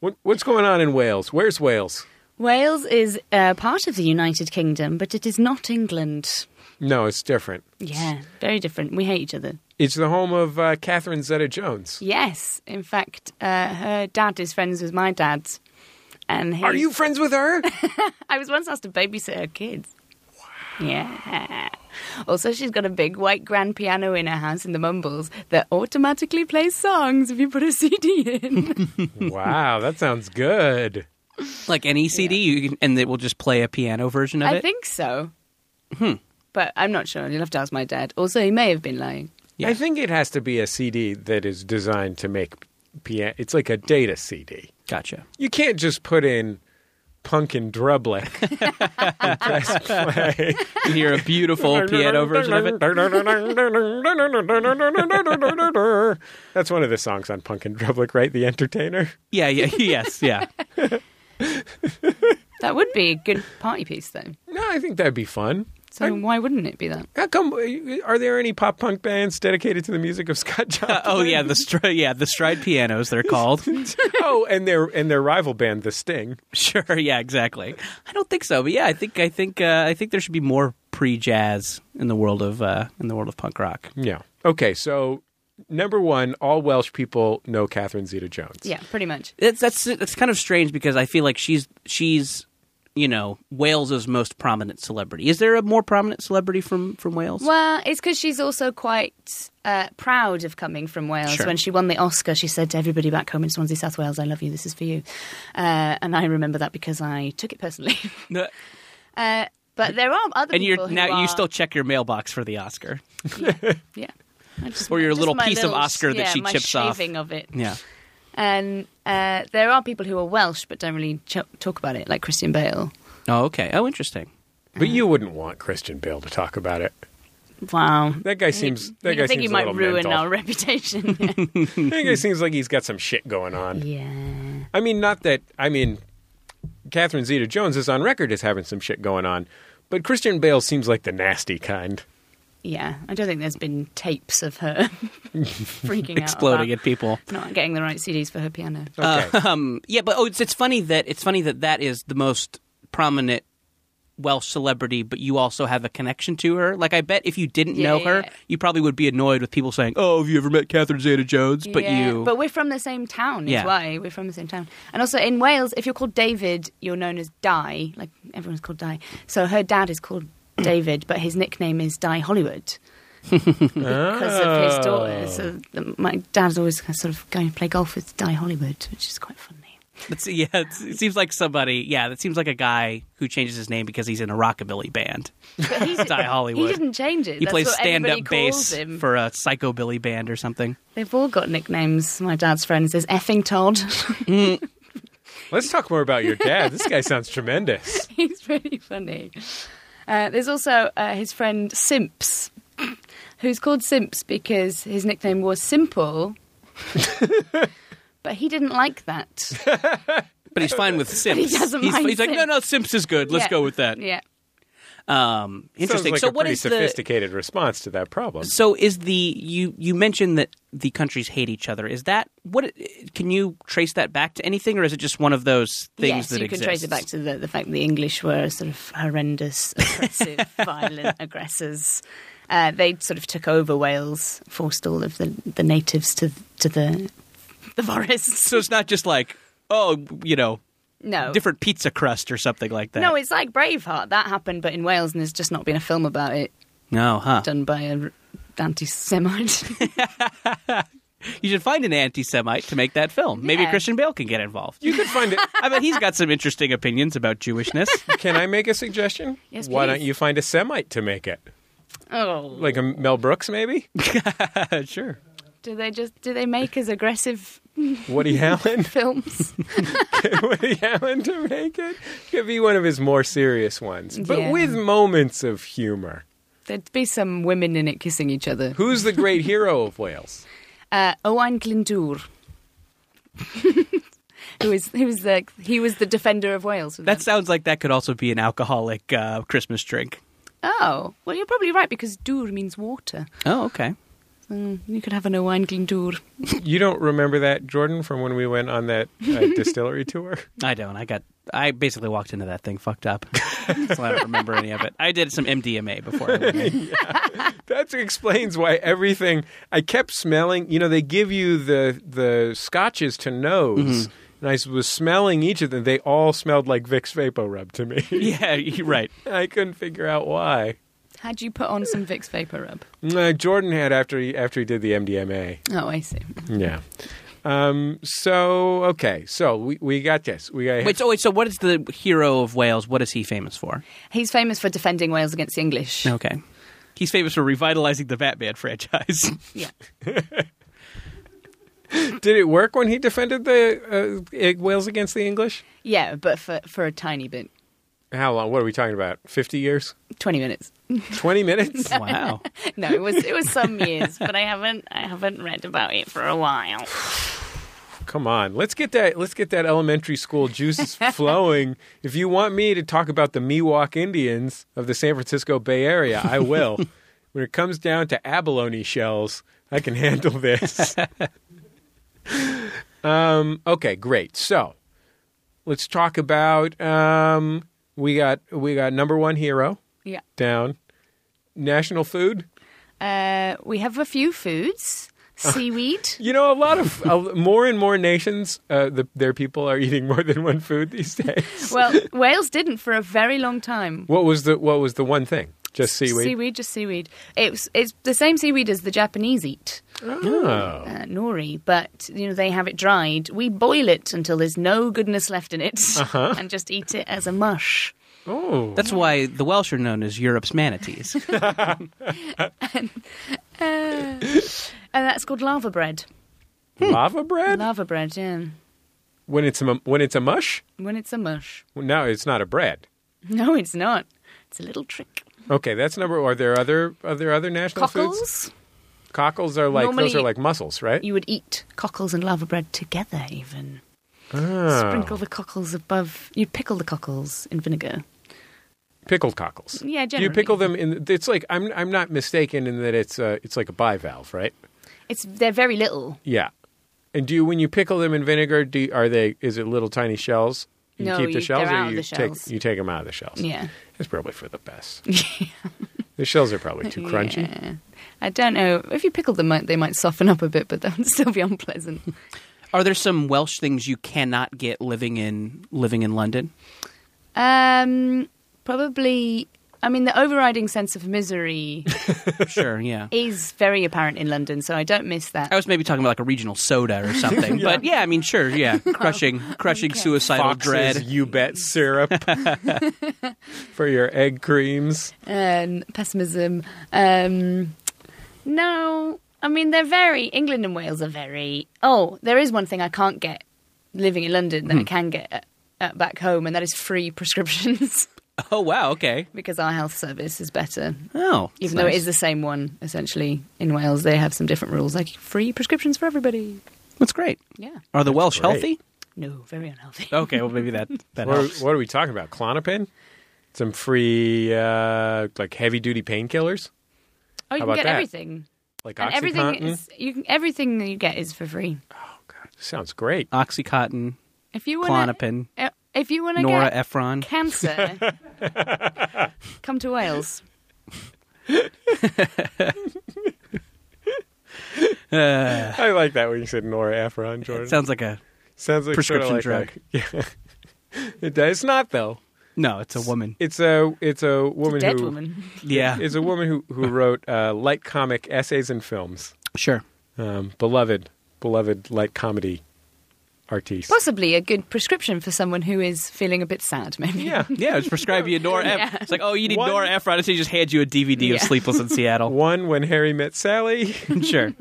[SPEAKER 2] what, what's going on in Wales? Where's Wales?
[SPEAKER 4] Wales is uh, part of the United Kingdom, but it is not England.
[SPEAKER 2] No, it's different.
[SPEAKER 4] Yeah, very different. We hate each other.
[SPEAKER 2] It's the home of uh, Catherine Zeta-Jones.
[SPEAKER 4] Yes, in fact, uh, her dad is friends with my dad, and he,
[SPEAKER 2] Are you friends with her?
[SPEAKER 4] I was once asked to babysit her kids. Wow. Yeah. Also, she's got a big white grand piano in her house in the Mumbles that automatically plays songs if you put a CD in.
[SPEAKER 2] wow, that sounds good.
[SPEAKER 3] Like any CD, you can, and it will just play a piano version of
[SPEAKER 4] I
[SPEAKER 3] it.
[SPEAKER 4] think so.
[SPEAKER 2] Hmm.
[SPEAKER 4] But I'm not sure. You'll have to ask my dad. Also, he may have been lying.
[SPEAKER 2] I think it has to be a CD that is designed to make piano. It's like a data CD.
[SPEAKER 3] Gotcha.
[SPEAKER 2] You can't just put in punk and drublick and press play.
[SPEAKER 3] You hear a beautiful piano version of it.
[SPEAKER 2] it. That's one of the songs on Punk and Drublick, right? The Entertainer.
[SPEAKER 3] Yeah, yeah, yes, yeah.
[SPEAKER 4] That would be a good party piece, though.
[SPEAKER 2] No, I think that'd be fun.
[SPEAKER 3] Oh.
[SPEAKER 4] So why wouldn't it be that?
[SPEAKER 2] How come? Are there any pop punk bands dedicated to the music of Scott Joplin?
[SPEAKER 3] Oh yeah, the str- yeah, the stride pianos they're called.
[SPEAKER 2] oh, and their and their rival band, The Sting.
[SPEAKER 3] Sure, yeah, exactly. I don't think so, but yeah, I think I think uh, I think there should be more pre-jazz in the world of uh, in the world of punk rock.
[SPEAKER 2] Yeah. Okay, so number one, all Welsh people know Catherine Zeta Jones.
[SPEAKER 4] Yeah, pretty much.
[SPEAKER 3] It's, that's that's kind of strange because I feel like she's she's you know Wales's most prominent celebrity. Is there a more prominent celebrity from from Wales?
[SPEAKER 4] Well, it's because she's also quite uh, proud of coming from Wales.
[SPEAKER 3] Sure.
[SPEAKER 4] When she won the Oscar, she said to everybody back home in Swansea, South Wales, I love you, this is for you. Uh, and I remember that because I took it personally.
[SPEAKER 3] No.
[SPEAKER 4] uh, but there are other
[SPEAKER 3] And
[SPEAKER 4] people
[SPEAKER 3] you're
[SPEAKER 4] who
[SPEAKER 3] now
[SPEAKER 4] uh,
[SPEAKER 3] you
[SPEAKER 4] are-
[SPEAKER 3] still check your mailbox for the Oscar.
[SPEAKER 4] Yeah. I just-
[SPEAKER 3] Or your
[SPEAKER 4] just
[SPEAKER 3] little
[SPEAKER 4] my
[SPEAKER 3] piece of Oscar that
[SPEAKER 4] yeah,
[SPEAKER 3] she
[SPEAKER 4] my
[SPEAKER 3] chips off.
[SPEAKER 4] shaving of it.
[SPEAKER 3] Yeah.
[SPEAKER 4] And uh, there are people who are Welsh but don't really ch- talk about it, like Christian Bale.
[SPEAKER 3] Oh, okay. Oh, interesting.
[SPEAKER 2] But you wouldn't want Christian Bale to talk about it.
[SPEAKER 4] Wow.
[SPEAKER 2] That guy seems.
[SPEAKER 4] I
[SPEAKER 2] That guy
[SPEAKER 4] think
[SPEAKER 2] seems
[SPEAKER 4] he
[SPEAKER 2] a
[SPEAKER 4] might
[SPEAKER 2] little
[SPEAKER 4] ruin
[SPEAKER 2] mental.
[SPEAKER 4] our reputation.
[SPEAKER 2] That guy seems like he's got some shit going on.
[SPEAKER 4] yeah.
[SPEAKER 2] I mean, not that. I mean, Catherine Zeta Jones is on record as having some shit going on, but Christian Bale seems like the nasty kind.
[SPEAKER 4] Yeah. I don't think there's been tapes of her freaking
[SPEAKER 3] exploding
[SPEAKER 4] out
[SPEAKER 3] at people.
[SPEAKER 4] about not getting the right CDs for her piano.
[SPEAKER 2] Okay.
[SPEAKER 3] Um, yeah, but oh, it's it's funny that it's funny that that is the most prominent Welsh celebrity, but you also have a connection to her. Like, I bet if you didn't know
[SPEAKER 4] Yeah.
[SPEAKER 3] her, you probably would be annoyed with people saying, "Oh, have you ever met Catherine Zeta-Jones?" But
[SPEAKER 4] Yeah,
[SPEAKER 3] you,
[SPEAKER 4] But we're from the same town.
[SPEAKER 3] Yeah.
[SPEAKER 4] Is why we're from the same town. And also in Wales, if you're called David, you're known as Di. Like everyone's called Di. So her dad is called David, but his nickname is Di Hollywood because of
[SPEAKER 2] Oh.
[SPEAKER 4] his daughter. So the, my dad's always kind of sort of going to play golf with Di Hollywood, which is quite funny.
[SPEAKER 3] That's- yeah, it's, it seems like somebody. Yeah, that seems like a guy who changes his name because he's in a rockabilly band.
[SPEAKER 4] But he's,
[SPEAKER 3] Di Hollywood.
[SPEAKER 4] He didn't change it.
[SPEAKER 3] He
[SPEAKER 4] That's
[SPEAKER 3] plays
[SPEAKER 4] what
[SPEAKER 3] stand-up
[SPEAKER 4] everybody calls
[SPEAKER 3] bass
[SPEAKER 4] him.
[SPEAKER 3] for a psychobilly band or something.
[SPEAKER 4] They've all got nicknames. My dad's friends is effing Todd.
[SPEAKER 2] Let's talk more about your dad. This guy sounds tremendous.
[SPEAKER 4] He's really funny. Uh, there's also uh, his friend Simps, who's called Simps because his nickname was Simple, but he didn't like that.
[SPEAKER 3] But he's fine with Simps.
[SPEAKER 4] doesn't
[SPEAKER 3] he's,
[SPEAKER 4] mind
[SPEAKER 3] he's like, no,
[SPEAKER 4] Simps."
[SPEAKER 3] no, Simps is good. Let's
[SPEAKER 4] Yeah.
[SPEAKER 3] go with that.
[SPEAKER 4] Yeah.
[SPEAKER 3] Um, interesting.
[SPEAKER 2] Sounds like
[SPEAKER 3] so
[SPEAKER 2] a
[SPEAKER 3] what
[SPEAKER 2] pretty
[SPEAKER 3] is the
[SPEAKER 2] sophisticated response to that problem.
[SPEAKER 3] So is the you you mentioned that the countries hate each other. Is that what? Can you trace that back to anything, or is it just one of those things
[SPEAKER 4] yes,
[SPEAKER 3] that
[SPEAKER 4] you can trace it back
[SPEAKER 3] exists?
[SPEAKER 4] to the, the fact that the English were sort of horrendous, oppressive, violent aggressors. Uh, they sort of took over Wales, forced all of the, the natives to to the the forests.
[SPEAKER 3] So it's not just like oh, you know,
[SPEAKER 4] No,
[SPEAKER 3] different pizza crust or something like that.
[SPEAKER 4] Oh. No, it's like Braveheart. That happened, but in Wales, and there's just not been a film about it
[SPEAKER 3] no, Oh, huh?
[SPEAKER 4] done by an anti-Semite.
[SPEAKER 3] You should find an anti-Semite to make that film. Maybe
[SPEAKER 4] Yeah.
[SPEAKER 3] Christian Bale can get involved.
[SPEAKER 2] you could find it.
[SPEAKER 3] I mean, he's got some interesting opinions about Jewishness.
[SPEAKER 2] Can I make a suggestion?
[SPEAKER 4] Yes,
[SPEAKER 2] Why
[SPEAKER 4] please.
[SPEAKER 2] don't you find a Semite to make it?
[SPEAKER 4] oh,
[SPEAKER 2] Like a Mel Brooks, maybe?
[SPEAKER 3] Uh, sure.
[SPEAKER 4] do they just do they make as aggressive
[SPEAKER 2] Woody Allen?
[SPEAKER 4] films?
[SPEAKER 2] Woody Allen to make it? Could be one of his more serious ones, but
[SPEAKER 4] Yeah.
[SPEAKER 2] with moments of humor.
[SPEAKER 4] There'd be some women in it kissing each other.
[SPEAKER 2] Who's the great hero of Wales?
[SPEAKER 4] Uh, Owain Glyndŵr. who is who was the he was the defender of Wales? with
[SPEAKER 3] That
[SPEAKER 4] them.
[SPEAKER 3] sounds like that could also be an alcoholic uh, Christmas drink.
[SPEAKER 4] oh well, you're probably right because dŵr means water.
[SPEAKER 3] Oh, okay.
[SPEAKER 4] So you could have an Owain Glyndŵr.
[SPEAKER 2] You don't remember that, Jordan, from when we went on that uh, distillery tour?
[SPEAKER 3] I don't. I got. I basically walked into that thing fucked up. so I don't remember any of it. I did some MDMA before. I went in.
[SPEAKER 2] That explains why everything. I kept smelling. You know, they give you the the scotches to nose, and I s- was smelling each of them. They all smelled like Vicks VapoRub to me.
[SPEAKER 3] yeah, you're right.
[SPEAKER 2] I couldn't figure out why.
[SPEAKER 4] Had you put on some Vicks Vapor Rub?
[SPEAKER 2] Uh, Jordan had after he after he did the MDMA.
[SPEAKER 4] Oh, I see.
[SPEAKER 2] Yeah. Um. So okay. So we we got this. We got.
[SPEAKER 3] Wait. So wait. So what is the hero of Wales? What is he famous for?
[SPEAKER 4] He's famous for defending Wales against the English.
[SPEAKER 3] Okay. He's famous for revitalizing the Batman franchise.
[SPEAKER 4] Yeah.
[SPEAKER 2] did it work when he defended the uh, Wales against the English?
[SPEAKER 4] Yeah, but for, for a tiny bit.
[SPEAKER 2] How long? What are we talking about? Fifty years?
[SPEAKER 4] 20 minutes.
[SPEAKER 2] Twenty minutes?
[SPEAKER 3] wow.
[SPEAKER 4] No, it was it was some years, but I haven't I haven't read about it for a while.
[SPEAKER 2] Come on, let's get that let's get that elementary school juice flowing. if you want me to talk about the Miwok Indians of the San Francisco Bay Area, I will. when it comes down to abalone shells, I can handle this. um, okay, great. So let's talk about um, we got we got number one hero
[SPEAKER 4] Yeah.
[SPEAKER 2] down. National food.
[SPEAKER 4] Uh, we have a few foods. Seaweed.
[SPEAKER 2] You know, a lot of a, more and more nations, uh, the, their people are eating more than one food these days.
[SPEAKER 4] well, Wales didn't for a very long time.
[SPEAKER 2] What was the what was the one thing? Just seaweed.
[SPEAKER 4] Seaweed, just seaweed. It's it's the same seaweed as the Japanese eat,
[SPEAKER 2] Oh.
[SPEAKER 4] uh, nori, but you know they have it dried. We boil it until there's no goodness left in it,
[SPEAKER 2] Uh-huh.
[SPEAKER 4] and just eat it as a mush.
[SPEAKER 2] Oh.
[SPEAKER 3] That's why the Welsh are known as Europe's manatees.
[SPEAKER 4] And that's called lava bread.
[SPEAKER 2] Hmm. lava bread?
[SPEAKER 4] Lava bread, yeah.
[SPEAKER 2] When it's a, mu- when it's a mush?
[SPEAKER 4] When it's a mush.
[SPEAKER 2] Well, No, it's not a bread.
[SPEAKER 4] No, it's not. It's a little trick.
[SPEAKER 2] Okay, that's number. Are there other are there other national foods?
[SPEAKER 4] Cockles?
[SPEAKER 2] Cockles are like those
[SPEAKER 4] Normally-
[SPEAKER 2] are like mussels, right?
[SPEAKER 4] You would eat cockles and lava bread together, even.
[SPEAKER 2] Ah.
[SPEAKER 4] Sprinkle the cockles above. You'd pickle the cockles in vinegar.
[SPEAKER 2] pickled cockles.
[SPEAKER 4] Yeah,
[SPEAKER 2] You pickle
[SPEAKER 4] generally.
[SPEAKER 2] them in. It's like I'm I'm not mistaken in that it's uh, it's like a bivalve, right?
[SPEAKER 4] It's they're very little.
[SPEAKER 2] Yeah. And do you when you pickle them in vinegar? Do you, are they is it little tiny shells? You
[SPEAKER 4] No,
[SPEAKER 2] keep the
[SPEAKER 4] you-
[SPEAKER 2] shells,
[SPEAKER 4] they're
[SPEAKER 2] or
[SPEAKER 4] out of
[SPEAKER 2] you
[SPEAKER 4] the
[SPEAKER 2] take
[SPEAKER 4] shells.
[SPEAKER 2] you take them out of the shells.
[SPEAKER 4] Yeah.
[SPEAKER 2] it's probably for the best. the shells are probably too crunchy.
[SPEAKER 4] Yeah. I don't know if you pickled them, might- they might soften up a bit, but that would still be unpleasant.
[SPEAKER 3] Are there some Welsh things you cannot get living in living in London?
[SPEAKER 4] um, probably. I mean, the overriding sense of misery
[SPEAKER 3] Sure, yeah.
[SPEAKER 4] is very apparent in London, so I don't miss that.
[SPEAKER 3] I was maybe talking about like a regional soda or something, but yeah, Oh, I mean, sure, yeah, crushing, crushing suicidal
[SPEAKER 2] Fox's
[SPEAKER 3] dread.
[SPEAKER 2] you bet syrup for your egg creams.
[SPEAKER 4] um, pessimism. Um, no, I mean they're very England and Wales are very. Oh, there is one thing I can't get living in London that I can get at, at back home, and that is free prescriptions
[SPEAKER 3] Oh wow, okay.
[SPEAKER 4] because our health service is better.
[SPEAKER 3] Oh, that's
[SPEAKER 4] Even though it
[SPEAKER 3] nice.
[SPEAKER 4] is the same one essentially in Wales, they have some different rules, like free prescriptions for everybody.
[SPEAKER 3] that's great.
[SPEAKER 4] Yeah,
[SPEAKER 3] Are the Welsh
[SPEAKER 2] great.
[SPEAKER 3] healthy?
[SPEAKER 4] no, very unhealthy.
[SPEAKER 3] Okay, well maybe that that
[SPEAKER 2] What are,
[SPEAKER 3] helps.
[SPEAKER 2] what are we talking about? Clonopin? Some free uh, like heavy duty painkillers
[SPEAKER 4] Oh, you
[SPEAKER 2] How
[SPEAKER 4] can
[SPEAKER 2] about
[SPEAKER 4] get
[SPEAKER 2] that?
[SPEAKER 4] everything,
[SPEAKER 2] like
[SPEAKER 4] and everything
[SPEAKER 2] OxyContin.
[SPEAKER 4] is you can everything that you get is for free.
[SPEAKER 2] Sounds great.
[SPEAKER 3] Oxycontin,
[SPEAKER 4] If you want,
[SPEAKER 3] Clonopin,
[SPEAKER 4] if you want to
[SPEAKER 3] Nora
[SPEAKER 4] get
[SPEAKER 3] Ephron.
[SPEAKER 4] cancer. Come to Wales.
[SPEAKER 3] Uh,
[SPEAKER 2] I like that when you said Nora Ephron, Jordan.
[SPEAKER 3] it sounds like a
[SPEAKER 2] Sounds like
[SPEAKER 3] prescription
[SPEAKER 2] sort of like drug. yeah, it does. It's not though.
[SPEAKER 3] no. It's a woman.
[SPEAKER 2] It's a it's a woman
[SPEAKER 4] Dead
[SPEAKER 2] who
[SPEAKER 4] woman.
[SPEAKER 3] Yeah,
[SPEAKER 2] it's a woman who who wrote uh, light comic essays and films.
[SPEAKER 3] sure.
[SPEAKER 2] Um, beloved, beloved light comedy artiste.
[SPEAKER 4] Possibly a good prescription for someone who is feeling a bit sad, maybe.
[SPEAKER 2] yeah,
[SPEAKER 3] Yeah, it's prescribe you Nora. Eph-
[SPEAKER 4] Yeah.
[SPEAKER 3] It's like, oh, you need
[SPEAKER 2] One-
[SPEAKER 3] Nora Ephron, so he just hands you a DVD of
[SPEAKER 4] Yeah.
[SPEAKER 3] Sleepless in Seattle.
[SPEAKER 2] one when Harry met Sally.
[SPEAKER 3] sure.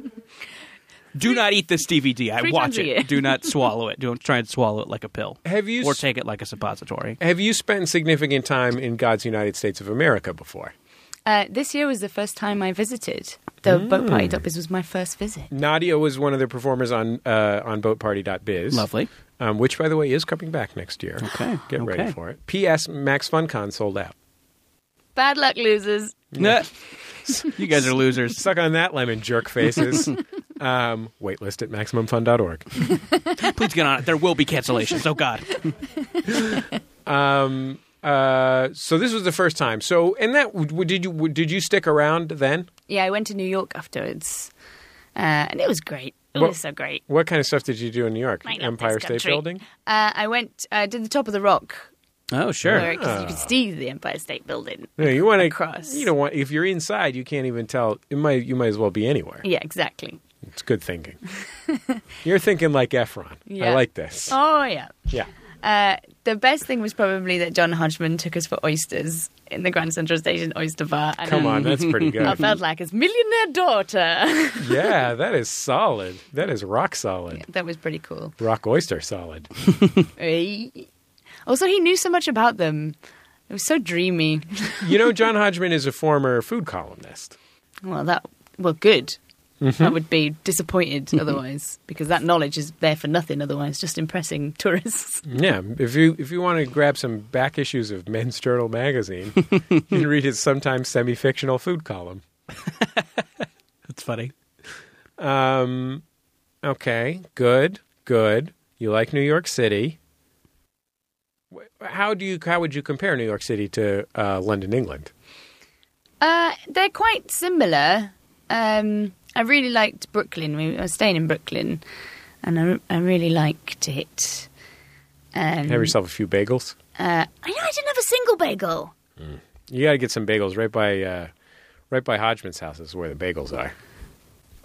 [SPEAKER 3] Do not eat this DVD. I
[SPEAKER 4] Three
[SPEAKER 3] watch
[SPEAKER 4] times a
[SPEAKER 3] it.
[SPEAKER 4] year.
[SPEAKER 3] Do not swallow it. Don't try and swallow it like a pill,
[SPEAKER 2] Have you
[SPEAKER 3] or
[SPEAKER 2] s-
[SPEAKER 3] take it like a suppository.
[SPEAKER 2] Have you spent significant time in God's United States of America before?
[SPEAKER 4] Uh, this year was the first time I visited. The
[SPEAKER 2] Mm.
[SPEAKER 4] boat party Doppies was my first visit.
[SPEAKER 2] Nadia was one of the performers on uh, on BoatParty.biz.
[SPEAKER 3] Lovely.
[SPEAKER 2] Um, which, by the way, is coming back next year.
[SPEAKER 3] Okay.
[SPEAKER 2] Get ready
[SPEAKER 3] Okay.
[SPEAKER 2] for it. P.S. Max FunCon sold out.
[SPEAKER 4] Bad luck, losers.
[SPEAKER 3] Nah. you guys are losers.
[SPEAKER 2] Suck on that, lemon jerk faces. um, waitlist at MaximumFun.org.
[SPEAKER 3] Please get on it. There will be cancellations. Oh God.
[SPEAKER 2] Um, uh, so this was the first time. So, and that w- w- did you w- did you stick around then?
[SPEAKER 4] Yeah, I went to New York afterwards, uh, and it was great. It
[SPEAKER 2] Well-
[SPEAKER 4] was so great.
[SPEAKER 2] What kind of stuff did you do in New York?
[SPEAKER 4] I love
[SPEAKER 2] Empire
[SPEAKER 4] this
[SPEAKER 2] State
[SPEAKER 4] country.
[SPEAKER 2] Building.
[SPEAKER 4] Uh, I went, uh, did the top of the rock,
[SPEAKER 3] Oh sure.
[SPEAKER 4] because you
[SPEAKER 2] Ah.
[SPEAKER 4] could see the Empire State Building.
[SPEAKER 2] No, you want
[SPEAKER 4] Across.
[SPEAKER 2] to. You don't want if you're inside, you can't even tell. It might you might as well be anywhere.
[SPEAKER 4] Yeah, exactly.
[SPEAKER 2] It's good thinking. you're thinking like Efron. I
[SPEAKER 4] Yeah.
[SPEAKER 2] like this.
[SPEAKER 4] Oh, yeah.
[SPEAKER 2] Yeah.
[SPEAKER 4] Uh, the best thing was probably that John Hodgman took us for oysters in the Grand Central Station oyster bar. And
[SPEAKER 2] Come
[SPEAKER 4] I-
[SPEAKER 2] on, that's pretty
[SPEAKER 4] I
[SPEAKER 2] good.
[SPEAKER 4] felt like his millionaire daughter.
[SPEAKER 2] yeah, that is solid. That is rock solid.
[SPEAKER 4] that was pretty cool.
[SPEAKER 2] Rock oyster solid.
[SPEAKER 4] Eh. Also, he knew so much about them. It was so dreamy.
[SPEAKER 2] You know, John Hodgman is a former food columnist.
[SPEAKER 4] Well, that well, good.
[SPEAKER 2] Mm-hmm.
[SPEAKER 4] I would be disappointed otherwise, because that knowledge is there for nothing otherwise, just impressing tourists.
[SPEAKER 2] Yeah, if you if you want to grab some back issues of Men's Journal magazine, you can read his sometimes semi-fictional food column.
[SPEAKER 3] That's funny.
[SPEAKER 2] Um, okay, good, good. You like New York City. Wh- How do you how would you compare New York City to uh, London, England?
[SPEAKER 4] Uh, they're quite similar. Um, I really liked Brooklyn. We were staying in Brooklyn, and I, I really liked it. Um,
[SPEAKER 2] Have yourself a few bagels.
[SPEAKER 4] uh, I know I didn't have a single bagel.
[SPEAKER 2] You got to get some bagels right by uh, right by Hodgman's house. Is where the bagels are.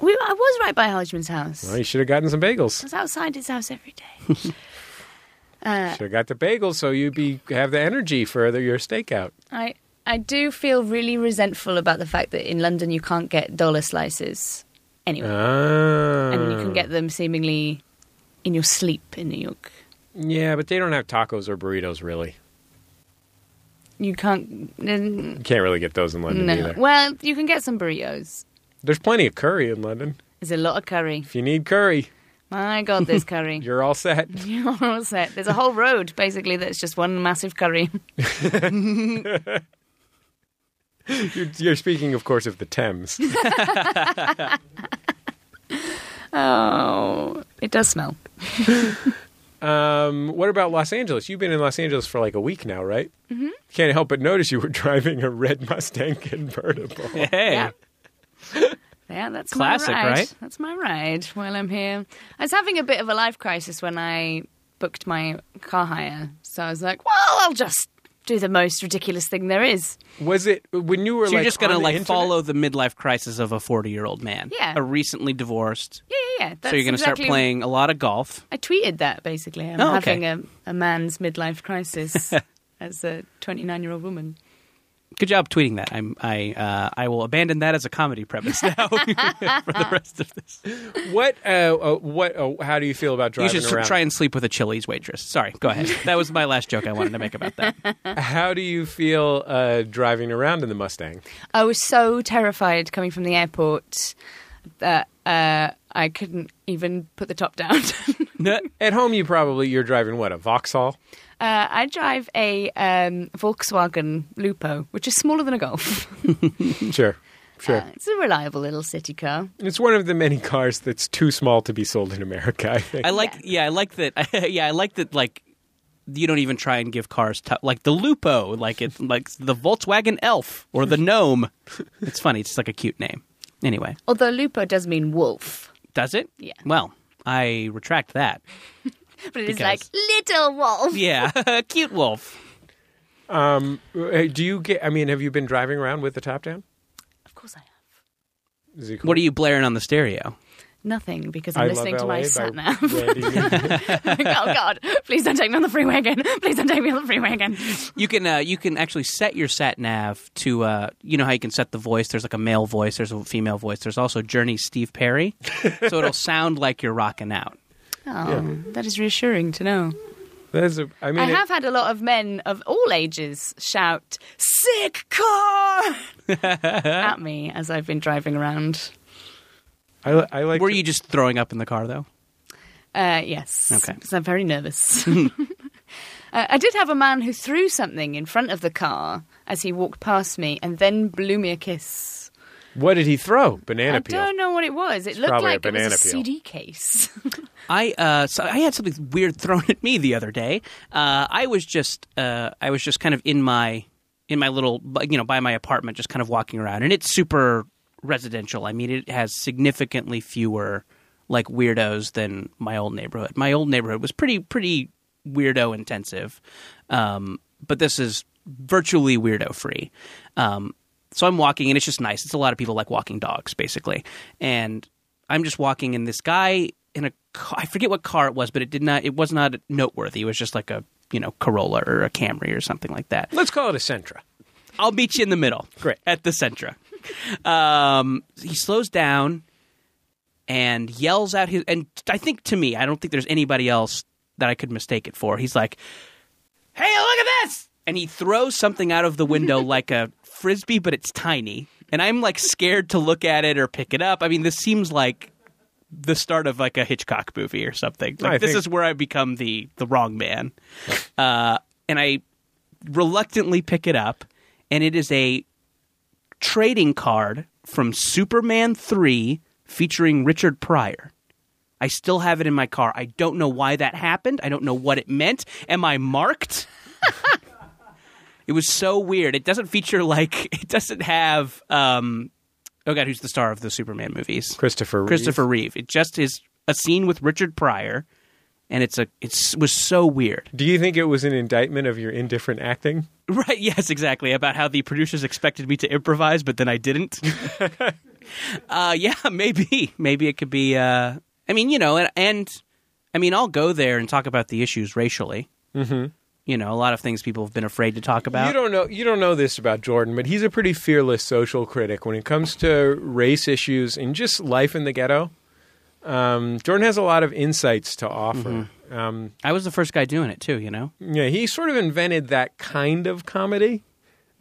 [SPEAKER 4] We, I was right by Hodgman's house.
[SPEAKER 2] Well, you should have gotten some bagels.
[SPEAKER 4] I was outside his house every day. uh,
[SPEAKER 2] Should have got the bagels so you'd be have the energy for the, your stakeout.
[SPEAKER 4] I I do feel really resentful about the fact that in London you can't get dollar slices anyway,
[SPEAKER 2] Ah.
[SPEAKER 4] and you can get them seemingly in your sleep in New York.
[SPEAKER 2] Yeah, but they don't have tacos or burritos really.
[SPEAKER 4] you can't. mm,
[SPEAKER 2] You can't really get those in London
[SPEAKER 4] No.
[SPEAKER 2] either.
[SPEAKER 4] Well, you can get some burritos.
[SPEAKER 2] There's plenty of curry in London.
[SPEAKER 4] There's a lot of curry.
[SPEAKER 2] If you need curry,
[SPEAKER 4] My God, there's curry.
[SPEAKER 2] you're all set.
[SPEAKER 4] You're all set. There's a whole road basically that's just one massive curry.
[SPEAKER 2] You're, you're speaking, of course, of the Thames. Um,
[SPEAKER 4] Oh, it does smell.
[SPEAKER 2] Um, what about Los Angeles? You've been in Los Angeles for like a week now, right? Mm-hmm. Can't help but notice you were driving a red Mustang convertible.
[SPEAKER 3] Hey.
[SPEAKER 4] Yeah. Yeah, that's
[SPEAKER 3] Classic,
[SPEAKER 4] my ride.
[SPEAKER 3] right?
[SPEAKER 4] That's my ride while I'm here. I was having a bit of a life crisis when I booked my car hire, so I was like, "Well, I'll just do the most ridiculous thing there is."
[SPEAKER 2] Was it when you were
[SPEAKER 3] So you're
[SPEAKER 2] like,
[SPEAKER 3] just gonna
[SPEAKER 2] on the
[SPEAKER 3] like
[SPEAKER 2] internet?
[SPEAKER 3] follow the midlife crisis of a 40 year old man,
[SPEAKER 4] Yeah.
[SPEAKER 3] a recently divorced.
[SPEAKER 4] Yeah, yeah, yeah. That's
[SPEAKER 3] so you're gonna
[SPEAKER 4] exactly-
[SPEAKER 3] start playing a lot of golf.
[SPEAKER 4] I tweeted that basically. I'm
[SPEAKER 3] Oh, okay.
[SPEAKER 4] having a, a man's midlife crisis as a 29 year old woman.
[SPEAKER 3] Good job tweeting that. I'm, I uh, I will abandon that as a comedy premise now for the rest of this.
[SPEAKER 2] What? Uh, uh, what? Uh, how do you feel about
[SPEAKER 3] You
[SPEAKER 2] driving
[SPEAKER 3] should
[SPEAKER 2] around?
[SPEAKER 3] try and sleep with a Chili's waitress. Sorry, go ahead. that was my last joke I wanted to make about that.
[SPEAKER 2] How do you feel uh, driving around in the Mustang?
[SPEAKER 4] I was so terrified coming from the airport that uh, I couldn't even put the top down.
[SPEAKER 2] At home, you probably you're driving what a Vauxhall.
[SPEAKER 4] Uh, I drive a um, Volkswagen Lupo, which is smaller than a Golf.
[SPEAKER 2] Sure, sure.
[SPEAKER 4] Uh, it's a reliable little city car.
[SPEAKER 2] it's one of the many cars that's too small to be sold in America. I think.
[SPEAKER 3] I like, yeah, I like that. yeah, I like that. Like, you don't even try and give cars to, like the Lupo, like it's like the Volkswagen Elf or the Gnome. It's funny. It's just like a cute name. Anyway,
[SPEAKER 4] Although Lupo does mean wolf,
[SPEAKER 3] does it?
[SPEAKER 4] Yeah.
[SPEAKER 3] Well, I retract that.
[SPEAKER 4] but it's like
[SPEAKER 3] Because-
[SPEAKER 4] little wolf.
[SPEAKER 3] Yeah, cute wolf.
[SPEAKER 2] Um, uh, do you get? I mean, have you been driving around with the top down?
[SPEAKER 4] Of course I have.
[SPEAKER 2] Is it cool?
[SPEAKER 3] What are you blaring on the stereo?
[SPEAKER 4] Nothing because I'm
[SPEAKER 2] I
[SPEAKER 4] listening
[SPEAKER 2] love
[SPEAKER 4] to
[SPEAKER 2] LA
[SPEAKER 4] my
[SPEAKER 2] by
[SPEAKER 4] sat nav.
[SPEAKER 2] Randy Newman.
[SPEAKER 4] oh God! Please don't take me on the freeway again. Please don't take me on the freeway again.
[SPEAKER 3] You can uh, you can actually set your sat nav to uh, you know how you can set the voice. There's like a male voice. There's a female voice. There's also Journey Steve Perry, so it'll sound like you're rocking out.
[SPEAKER 4] Oh, that is reassuring to know.
[SPEAKER 2] That's a, I mean,
[SPEAKER 4] I
[SPEAKER 2] it-
[SPEAKER 4] have had a lot of men of all ages shout "sick car" at me as I've been driving around.
[SPEAKER 2] I, li- I like.
[SPEAKER 3] Were
[SPEAKER 2] to-
[SPEAKER 3] you just throwing up in the car though?
[SPEAKER 4] Uh, yes.
[SPEAKER 3] Okay.
[SPEAKER 4] Because I'm very nervous. uh, I did have a man who threw something in front of the car as he walked past me and then blew me a kiss.
[SPEAKER 2] What did he throw? Banana
[SPEAKER 4] I
[SPEAKER 2] peel.
[SPEAKER 4] don't know what it was. It looked
[SPEAKER 2] probably a
[SPEAKER 4] like it was a
[SPEAKER 2] banana peel.
[SPEAKER 4] CD case.
[SPEAKER 3] I uh, so I had something weird thrown at me the other day. Uh, I was just uh, I was just kind of in my in my little you know by my apartment, just kind of walking around, and it's super residential. I mean, it has significantly fewer like weirdos than my old neighborhood. My old neighborhood was pretty pretty weirdo intensive, um, but this is virtually weirdo free. Um, so I'm walking, and it's just nice. It's a lot of people like walking dogs, basically, and I'm just walking, and this guy in a ca- I forget what car it was, but it did not. It was not noteworthy. It was just like a you know Corolla or a Camry or something like that.
[SPEAKER 2] Let's call it a Sentra.
[SPEAKER 3] I'll meet you in the middle.
[SPEAKER 2] Great.
[SPEAKER 3] At the Sentra. Um, he slows down and yells out his. And I think to me, I don't think there's anybody else that I could mistake it for. He's like, hey, look at this! And he throws something out of the window like a frisbee, but it's tiny. And I'm like scared to look at it or pick it up. I mean, this seems like the start of like a Hitchcock movie or something. Like
[SPEAKER 2] I
[SPEAKER 3] this
[SPEAKER 2] think-
[SPEAKER 3] is where I become the the wrong man. Uh, and I reluctantly pick it up, and it is a trading card from Superman 3 featuring Richard Pryor. I still have it in my car. I don't know why that happened. I don't know what it meant. Am I marked? it was so weird. It doesn't feature like it doesn't have um oh god, who's the star of the Superman movies?
[SPEAKER 2] Christopher. Reeve.
[SPEAKER 3] Christopher Reeve. It just is a scene with Richard Pryor and it's a it's was so weird.
[SPEAKER 2] Do you think it was an indictment of your indifferent acting?
[SPEAKER 3] Right. Yes. Exactly. About how the producers expected me to improvise, but then I didn't. uh, yeah. Maybe. Maybe it could be. Uh, I mean, you know, and, and I mean, I'll go there and talk about the issues racially. Mm-hmm. You know, a lot of things people have been afraid to talk about.
[SPEAKER 2] You don't know. You don't know this about Jordan, but he's a pretty fearless social critic when it comes to race issues and just life in the ghetto. Um, Jordan has a lot of insights to offer. Um,
[SPEAKER 3] Mm-hmm. I was the first guy doing it too. You know.
[SPEAKER 2] yeah, he sort of invented that kind of comedy.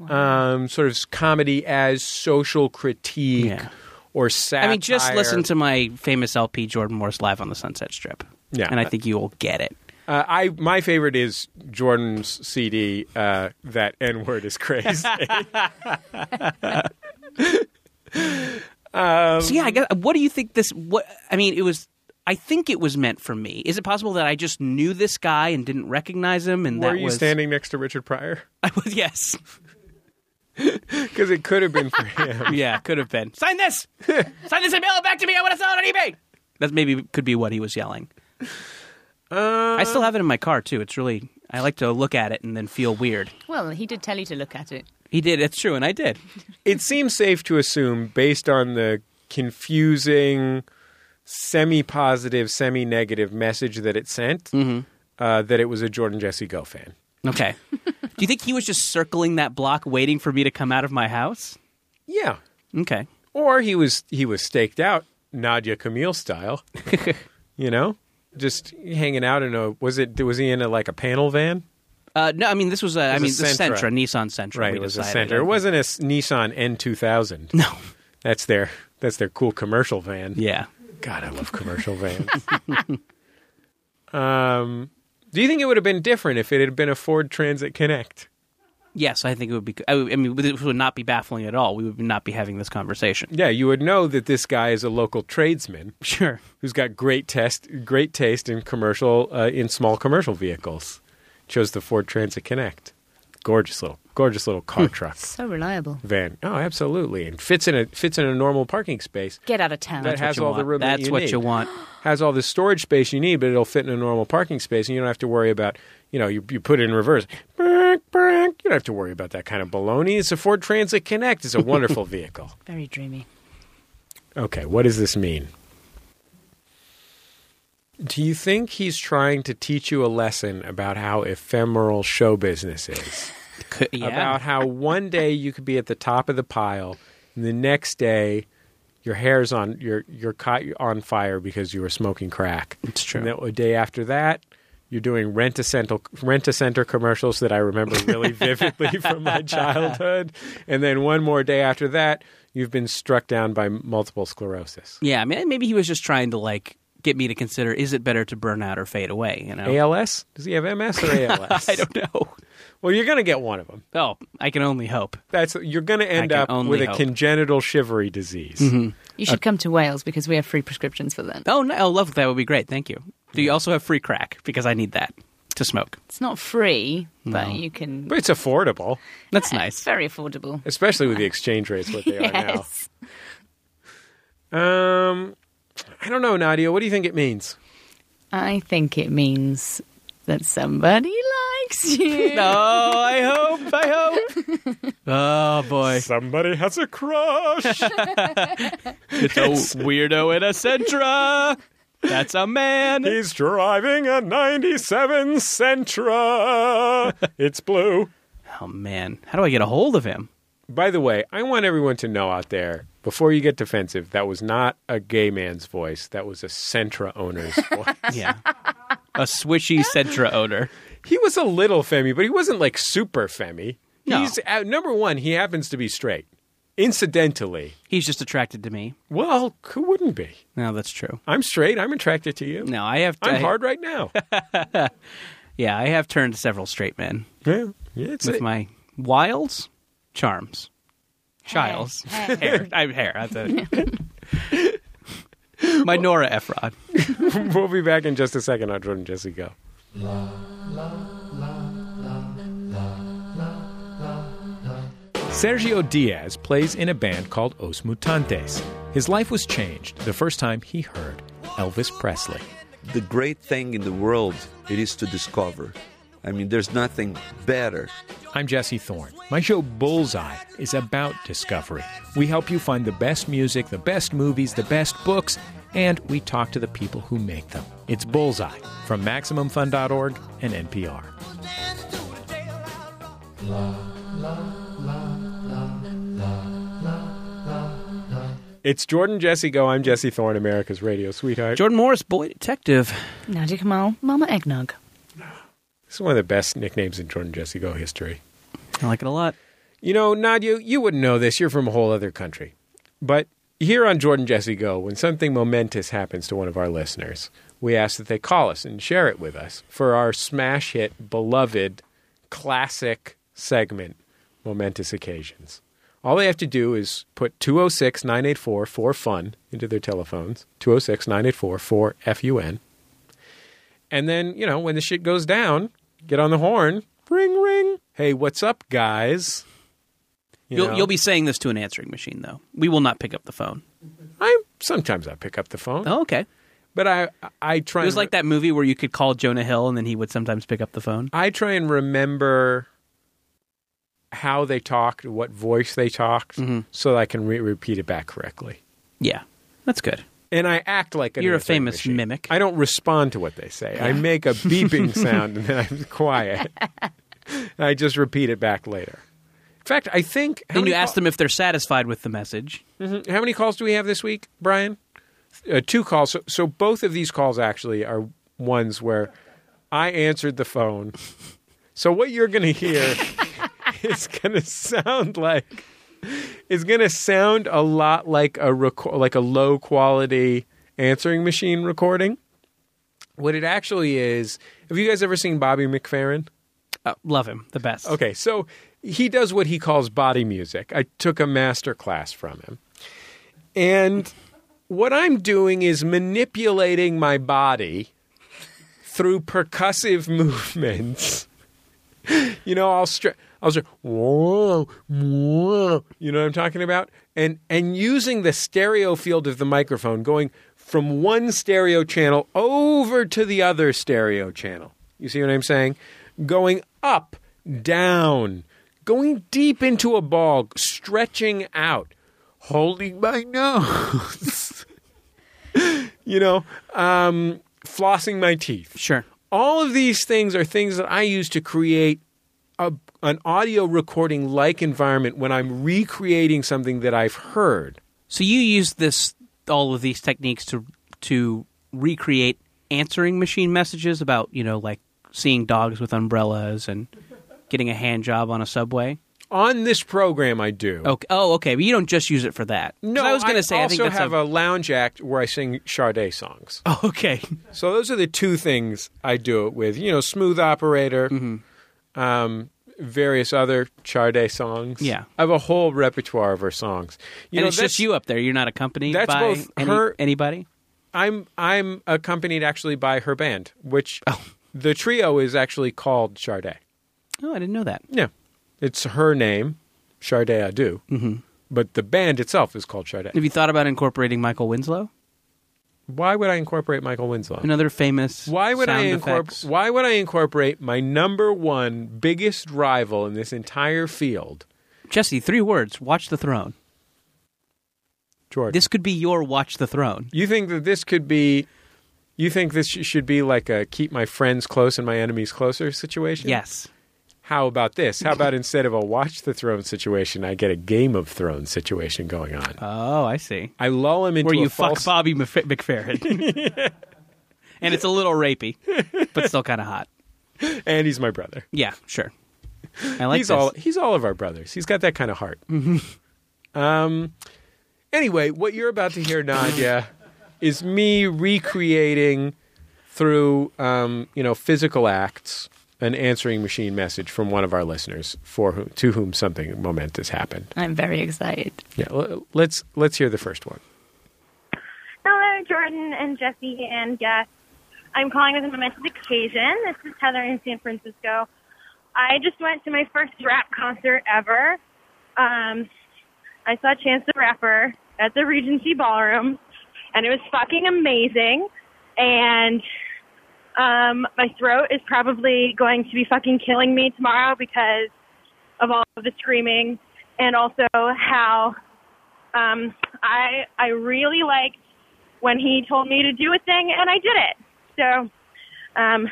[SPEAKER 2] um, sort of comedy as social critique
[SPEAKER 3] Yeah.
[SPEAKER 2] or satire.
[SPEAKER 3] I mean, just listen to my famous LP, Jordan Morris Live on the Sunset Strip.
[SPEAKER 2] Yeah.
[SPEAKER 3] And I think you will get it.
[SPEAKER 2] Uh, I my favorite is Jordan's CD. Uh, that N word is crazy.
[SPEAKER 3] so, yeah, I guess, what do you think this, what, I mean, it was, I think it was meant for me. Is it possible that I just knew this guy and didn't recognize him? And
[SPEAKER 2] Were
[SPEAKER 3] that
[SPEAKER 2] you
[SPEAKER 3] was,
[SPEAKER 2] standing next to Richard Pryor?
[SPEAKER 3] I was, yes.
[SPEAKER 2] Because it could have been for him.
[SPEAKER 3] Yeah, could have been. Sign this! Sign this and mail it back to me. I want to sell it on eBay. That maybe could be what he was yelling.
[SPEAKER 2] Uh,
[SPEAKER 3] I still have it in my car, too. It's really, I like to look at it and then feel weird.
[SPEAKER 4] Well, he did tell you to look at it.
[SPEAKER 3] He did. It's true, and I did.
[SPEAKER 2] it seems safe to assume, based on the confusing, semi positive, semi negative message that it sent,
[SPEAKER 3] Mm-hmm.
[SPEAKER 2] uh, that it was a Jordan Jesse Go fan.
[SPEAKER 3] Okay. Do you think he was just circling that block waiting for me to come out of my house?
[SPEAKER 2] Yeah.
[SPEAKER 3] Okay.
[SPEAKER 2] Or he was he was staked out Nadia Camille style. you know? Just hanging out in a was it was he in a like a panel van?
[SPEAKER 3] Uh, no, I mean this was a, I
[SPEAKER 2] It
[SPEAKER 3] mean
[SPEAKER 2] was
[SPEAKER 3] the
[SPEAKER 2] a
[SPEAKER 3] Sentra,
[SPEAKER 2] Sentra.
[SPEAKER 3] Nissan Sentra.
[SPEAKER 2] Right,
[SPEAKER 3] we
[SPEAKER 2] it was a
[SPEAKER 3] decided.
[SPEAKER 2] center. It wasn't a s- Nissan N two thousand.
[SPEAKER 3] No.
[SPEAKER 2] That's their that's their cool commercial van.
[SPEAKER 3] Yeah.
[SPEAKER 2] God, I love commercial vans. um, do you think it would have been different if it had been a Ford Transit Connect?
[SPEAKER 3] Yes, I think it would be. I, would- I mean, it would not be baffling at all. We would not be having this conversation.
[SPEAKER 2] Yeah, you would know that this guy is a local tradesman
[SPEAKER 3] Sure.
[SPEAKER 2] who's got great test, great taste in commercial, uh, in small commercial vehicles. Chose the Ford Transit Connect. Gorgeous little, gorgeous little car truck
[SPEAKER 4] So reliable.
[SPEAKER 2] van. Oh, absolutely, and fits in a fits in a normal parking space.
[SPEAKER 4] Get out of town.
[SPEAKER 2] That has
[SPEAKER 3] you
[SPEAKER 2] all the
[SPEAKER 3] want.
[SPEAKER 2] room. that
[SPEAKER 3] That's what
[SPEAKER 2] need.
[SPEAKER 3] you want.
[SPEAKER 2] Has all the storage space you need, but it'll fit in a normal parking space, and you don't have to worry about you know you, you put it in reverse. Brrrk, brrrk. You don't have to worry about that kind of baloney. It's a Ford Transit Connect. It's a wonderful vehicle.
[SPEAKER 4] Very dreamy.
[SPEAKER 2] Okay, what does this mean? Do you think he's trying to teach you a lesson about how ephemeral show business is?
[SPEAKER 3] Could- yeah.
[SPEAKER 2] About how one day you could be at the top of the pile, and the next day your hair's on your you're caught on fire because you were smoking crack.
[SPEAKER 3] It's true.
[SPEAKER 2] And then a day after that, you're doing rent a center rent a center commercials that I remember really vividly from my childhood. And then one more day after that, you've been struck down by multiple sclerosis.
[SPEAKER 3] yeah. I mean, maybe he was just trying to like get me to consider: is it better to burn out or fade away? You know.
[SPEAKER 2] ALS? Does he have MS or ALS?
[SPEAKER 3] Oh. I don't know.
[SPEAKER 2] Well, you're going to get one of them.
[SPEAKER 3] Oh, I can only hope.
[SPEAKER 2] That's you're going to end
[SPEAKER 3] can
[SPEAKER 2] up
[SPEAKER 3] only
[SPEAKER 2] with a
[SPEAKER 3] hope. Mm-hmm.
[SPEAKER 2] congenital shivery disease.
[SPEAKER 4] You
[SPEAKER 2] Uh,
[SPEAKER 4] should come to Wales because we have free prescriptions for them.
[SPEAKER 3] Oh, no, oh, love that would be great. Thank you. Do you also have free crack? Because I need that to smoke.
[SPEAKER 4] It's not free, but
[SPEAKER 3] No.
[SPEAKER 4] you can.
[SPEAKER 2] But it's affordable,
[SPEAKER 3] That's
[SPEAKER 4] It's
[SPEAKER 3] nice.
[SPEAKER 4] very affordable.
[SPEAKER 2] especially with the exchange rates what they
[SPEAKER 4] yes.
[SPEAKER 2] are now. Um I don't know, Nadia. What do you think it means?
[SPEAKER 4] I think it means that somebody likes you.
[SPEAKER 3] Oh, I hope. I hope. oh boy,
[SPEAKER 2] Somebody has a crush.
[SPEAKER 3] it's a weirdo in a Sentra. That's a man.
[SPEAKER 2] He's driving a 97 Sentra. It's blue.
[SPEAKER 3] Oh man, how do I get a hold of him?
[SPEAKER 2] By the way, I want everyone to know out there before you get defensive, that was not a gay man's voice. That was a Sentra owner's voice.
[SPEAKER 3] Yeah, a swishy Sentra odor.
[SPEAKER 2] He was a little Femi, but he wasn't like super Femi.
[SPEAKER 3] No.
[SPEAKER 2] He's uh, number one. He happens to be straight. Incidentally,
[SPEAKER 3] He's just attracted to me.
[SPEAKER 2] well, who wouldn't be?
[SPEAKER 3] No, that's true.
[SPEAKER 2] I'm straight. I'm attracted to you.
[SPEAKER 3] No, I have.
[SPEAKER 2] I'm
[SPEAKER 3] I-
[SPEAKER 2] hard right now.
[SPEAKER 3] Yeah, I have turned several straight men
[SPEAKER 2] yeah, yeah, it's
[SPEAKER 3] with
[SPEAKER 2] it.
[SPEAKER 3] my wiles, charms, Chiles, hair. I'm hair. That's it. my Nora Ephron.
[SPEAKER 2] we'll be back in just a second on Jordan Jesse Go. Sergio Diaz plays in a band called Os Mutantes. His life was changed the first time he heard Elvis Presley.
[SPEAKER 7] the great thing in the world it is to discover. I mean, there's nothing better.
[SPEAKER 2] I'm Jesse Thorne. My show Bullseye is about discovery. We help you find the best music, the best movies, the best books, and we talk to the people who make them. It's Bullseye from MaximumFun.org and NPR. It's Jordan Jesse Go. I'm Jesse Thorne, America's radio sweetheart.
[SPEAKER 3] Jordan Morris, boy detective.
[SPEAKER 4] Nadia Kamal, Mama Eggnog.
[SPEAKER 2] this is one of the best nicknames in Jordan Jesse Go history.
[SPEAKER 3] I like it a lot.
[SPEAKER 2] You know, Nadia, you wouldn't know this. You're from a whole other country. But here on Jordan Jesse Go, when something momentous happens to one of our listeners, we ask that they call us and share it with us for our smash hit, beloved, classic segment, Momentous Occasions. All they have to do is put 206 984 4FUN into their telephones, 206 984 4FUN. And then, you know, when the shit goes down, get on the horn, ring, ring. Hey, what's up, guys? You
[SPEAKER 3] You'll,
[SPEAKER 2] know?
[SPEAKER 3] you'll be saying this to an answering machine, though. We will not pick up the phone.
[SPEAKER 2] I sometimes I pick up the phone,
[SPEAKER 3] Oh, okay.
[SPEAKER 2] but I I try.
[SPEAKER 3] It was
[SPEAKER 2] and
[SPEAKER 3] like that movie where you could call Jonah Hill and then he would sometimes pick up the phone.
[SPEAKER 2] I try and remember how they talked, what voice they talked,
[SPEAKER 3] Mm-hmm.
[SPEAKER 2] so that I can re- repeat it back correctly.
[SPEAKER 3] Yeah, that's good.
[SPEAKER 2] And I act like an
[SPEAKER 3] You're a
[SPEAKER 2] answering
[SPEAKER 3] famous
[SPEAKER 2] machine.
[SPEAKER 3] mimic.
[SPEAKER 2] I don't respond to what they say. I make a beeping sound and then I'm quiet. And I just repeat it back later. In fact, I think. how
[SPEAKER 3] Then you
[SPEAKER 2] many
[SPEAKER 3] ask
[SPEAKER 2] call-
[SPEAKER 3] them if they're satisfied with the message.
[SPEAKER 2] Mhm. How many calls do we have this week, Brian? Uh, two calls. So, so both of these calls actually are ones where I answered the phone. So what you're going to hear is going to sound like it's going to sound a lot like a reco- like a low quality answering machine recording. What it actually is, have you guys ever seen Bobby McFerrin?
[SPEAKER 3] Uh, love him, the best.
[SPEAKER 2] Okay, so he does what he calls body music. I took a master class from him. And what I'm doing is manipulating my body through percussive movements. You know, I'll stretch. I'll stretch. Whoa, whoa. You know what I'm talking about? And and using the stereo field of the microphone, going from one stereo channel over to the other stereo channel. You see what I'm saying? Going up, down, going deep into a ball, stretching out, holding my nose. you know, um, flossing my teeth
[SPEAKER 3] Sure.
[SPEAKER 2] all of these things are things that I use to create a, an audio recording like environment when I'm recreating something that I've heard.
[SPEAKER 3] So you use this all of these techniques to to recreate answering machine messages about you know like seeing dogs with umbrellas and getting a hand job on a subway.
[SPEAKER 2] On this program, I do.
[SPEAKER 3] Okay. Oh, okay. But you don't just use it for that. 'Cause
[SPEAKER 2] No,
[SPEAKER 3] I was going to say
[SPEAKER 2] also
[SPEAKER 3] I think that's
[SPEAKER 2] have
[SPEAKER 3] a,
[SPEAKER 2] a lounge act where I sing Sade songs.
[SPEAKER 3] Oh, okay.
[SPEAKER 2] So those are the two things I do it with. You know, smooth operator,
[SPEAKER 3] Mm-hmm.
[SPEAKER 2] um, various other Sade songs.
[SPEAKER 3] Yeah.
[SPEAKER 2] I have a whole repertoire of her songs. You
[SPEAKER 3] and
[SPEAKER 2] know,
[SPEAKER 3] it's just
[SPEAKER 2] that's-
[SPEAKER 3] you up there. You're not accompanied
[SPEAKER 2] that's
[SPEAKER 3] by
[SPEAKER 2] both
[SPEAKER 3] any-
[SPEAKER 2] her-
[SPEAKER 3] anybody.
[SPEAKER 2] I'm I'm accompanied actually by her band, which the trio is actually called Charday.
[SPEAKER 3] Oh, I didn't know that.
[SPEAKER 2] Yeah, it's her name, Charday Adu. Mm-hmm. But the band itself is called Charday.
[SPEAKER 3] Have you thought about incorporating Michael Winslow?
[SPEAKER 2] Why would I incorporate Michael Winslow?
[SPEAKER 3] Another famous.
[SPEAKER 2] Why would I
[SPEAKER 3] sound
[SPEAKER 2] incorporate?
[SPEAKER 3] effects.
[SPEAKER 2] Why would I incorporate my number one biggest rival in this entire field,
[SPEAKER 3] Jesse? Three words. Watch the throne.
[SPEAKER 2] Jordan?
[SPEAKER 3] This could be your watch the throne.
[SPEAKER 2] you think that this could be? You think this sh- should be like a keep my friends close and my enemies closer situation?
[SPEAKER 3] Yes.
[SPEAKER 2] how about this? How about instead of a watch the throne situation, I get a Game of Thrones situation going on?
[SPEAKER 3] Oh, I see.
[SPEAKER 2] I lull him into
[SPEAKER 3] Where
[SPEAKER 2] a
[SPEAKER 3] you
[SPEAKER 2] false.
[SPEAKER 3] fuck Bobby Mc- McFerrin. and it's a little rapey, but still kind of hot.
[SPEAKER 2] and he's my brother.
[SPEAKER 3] Yeah, sure. I like
[SPEAKER 2] he's
[SPEAKER 3] this. Mm-hmm.
[SPEAKER 2] all he's all of our brothers. He's got that kind of heart. um. Anyway, what you're about to hear, Nadia, is me recreating through um, you know physical acts an answering machine message from one of our listeners for who, to whom something momentous happened.
[SPEAKER 4] I'm very excited.
[SPEAKER 2] Yeah, l- let's let's hear the first one.
[SPEAKER 8] Hello, Jordan and Jesse and guests. I'm calling with a momentous occasion. This is Heather in San Francisco. I just went to my first rap concert ever. Um, I saw Chance the Rapper at the Regency Ballroom, and it was fucking amazing. And um, my throat is probably going to be fucking killing me tomorrow because of all of the screaming and also how um, I I really liked when he told me to do a thing and I did it. So um,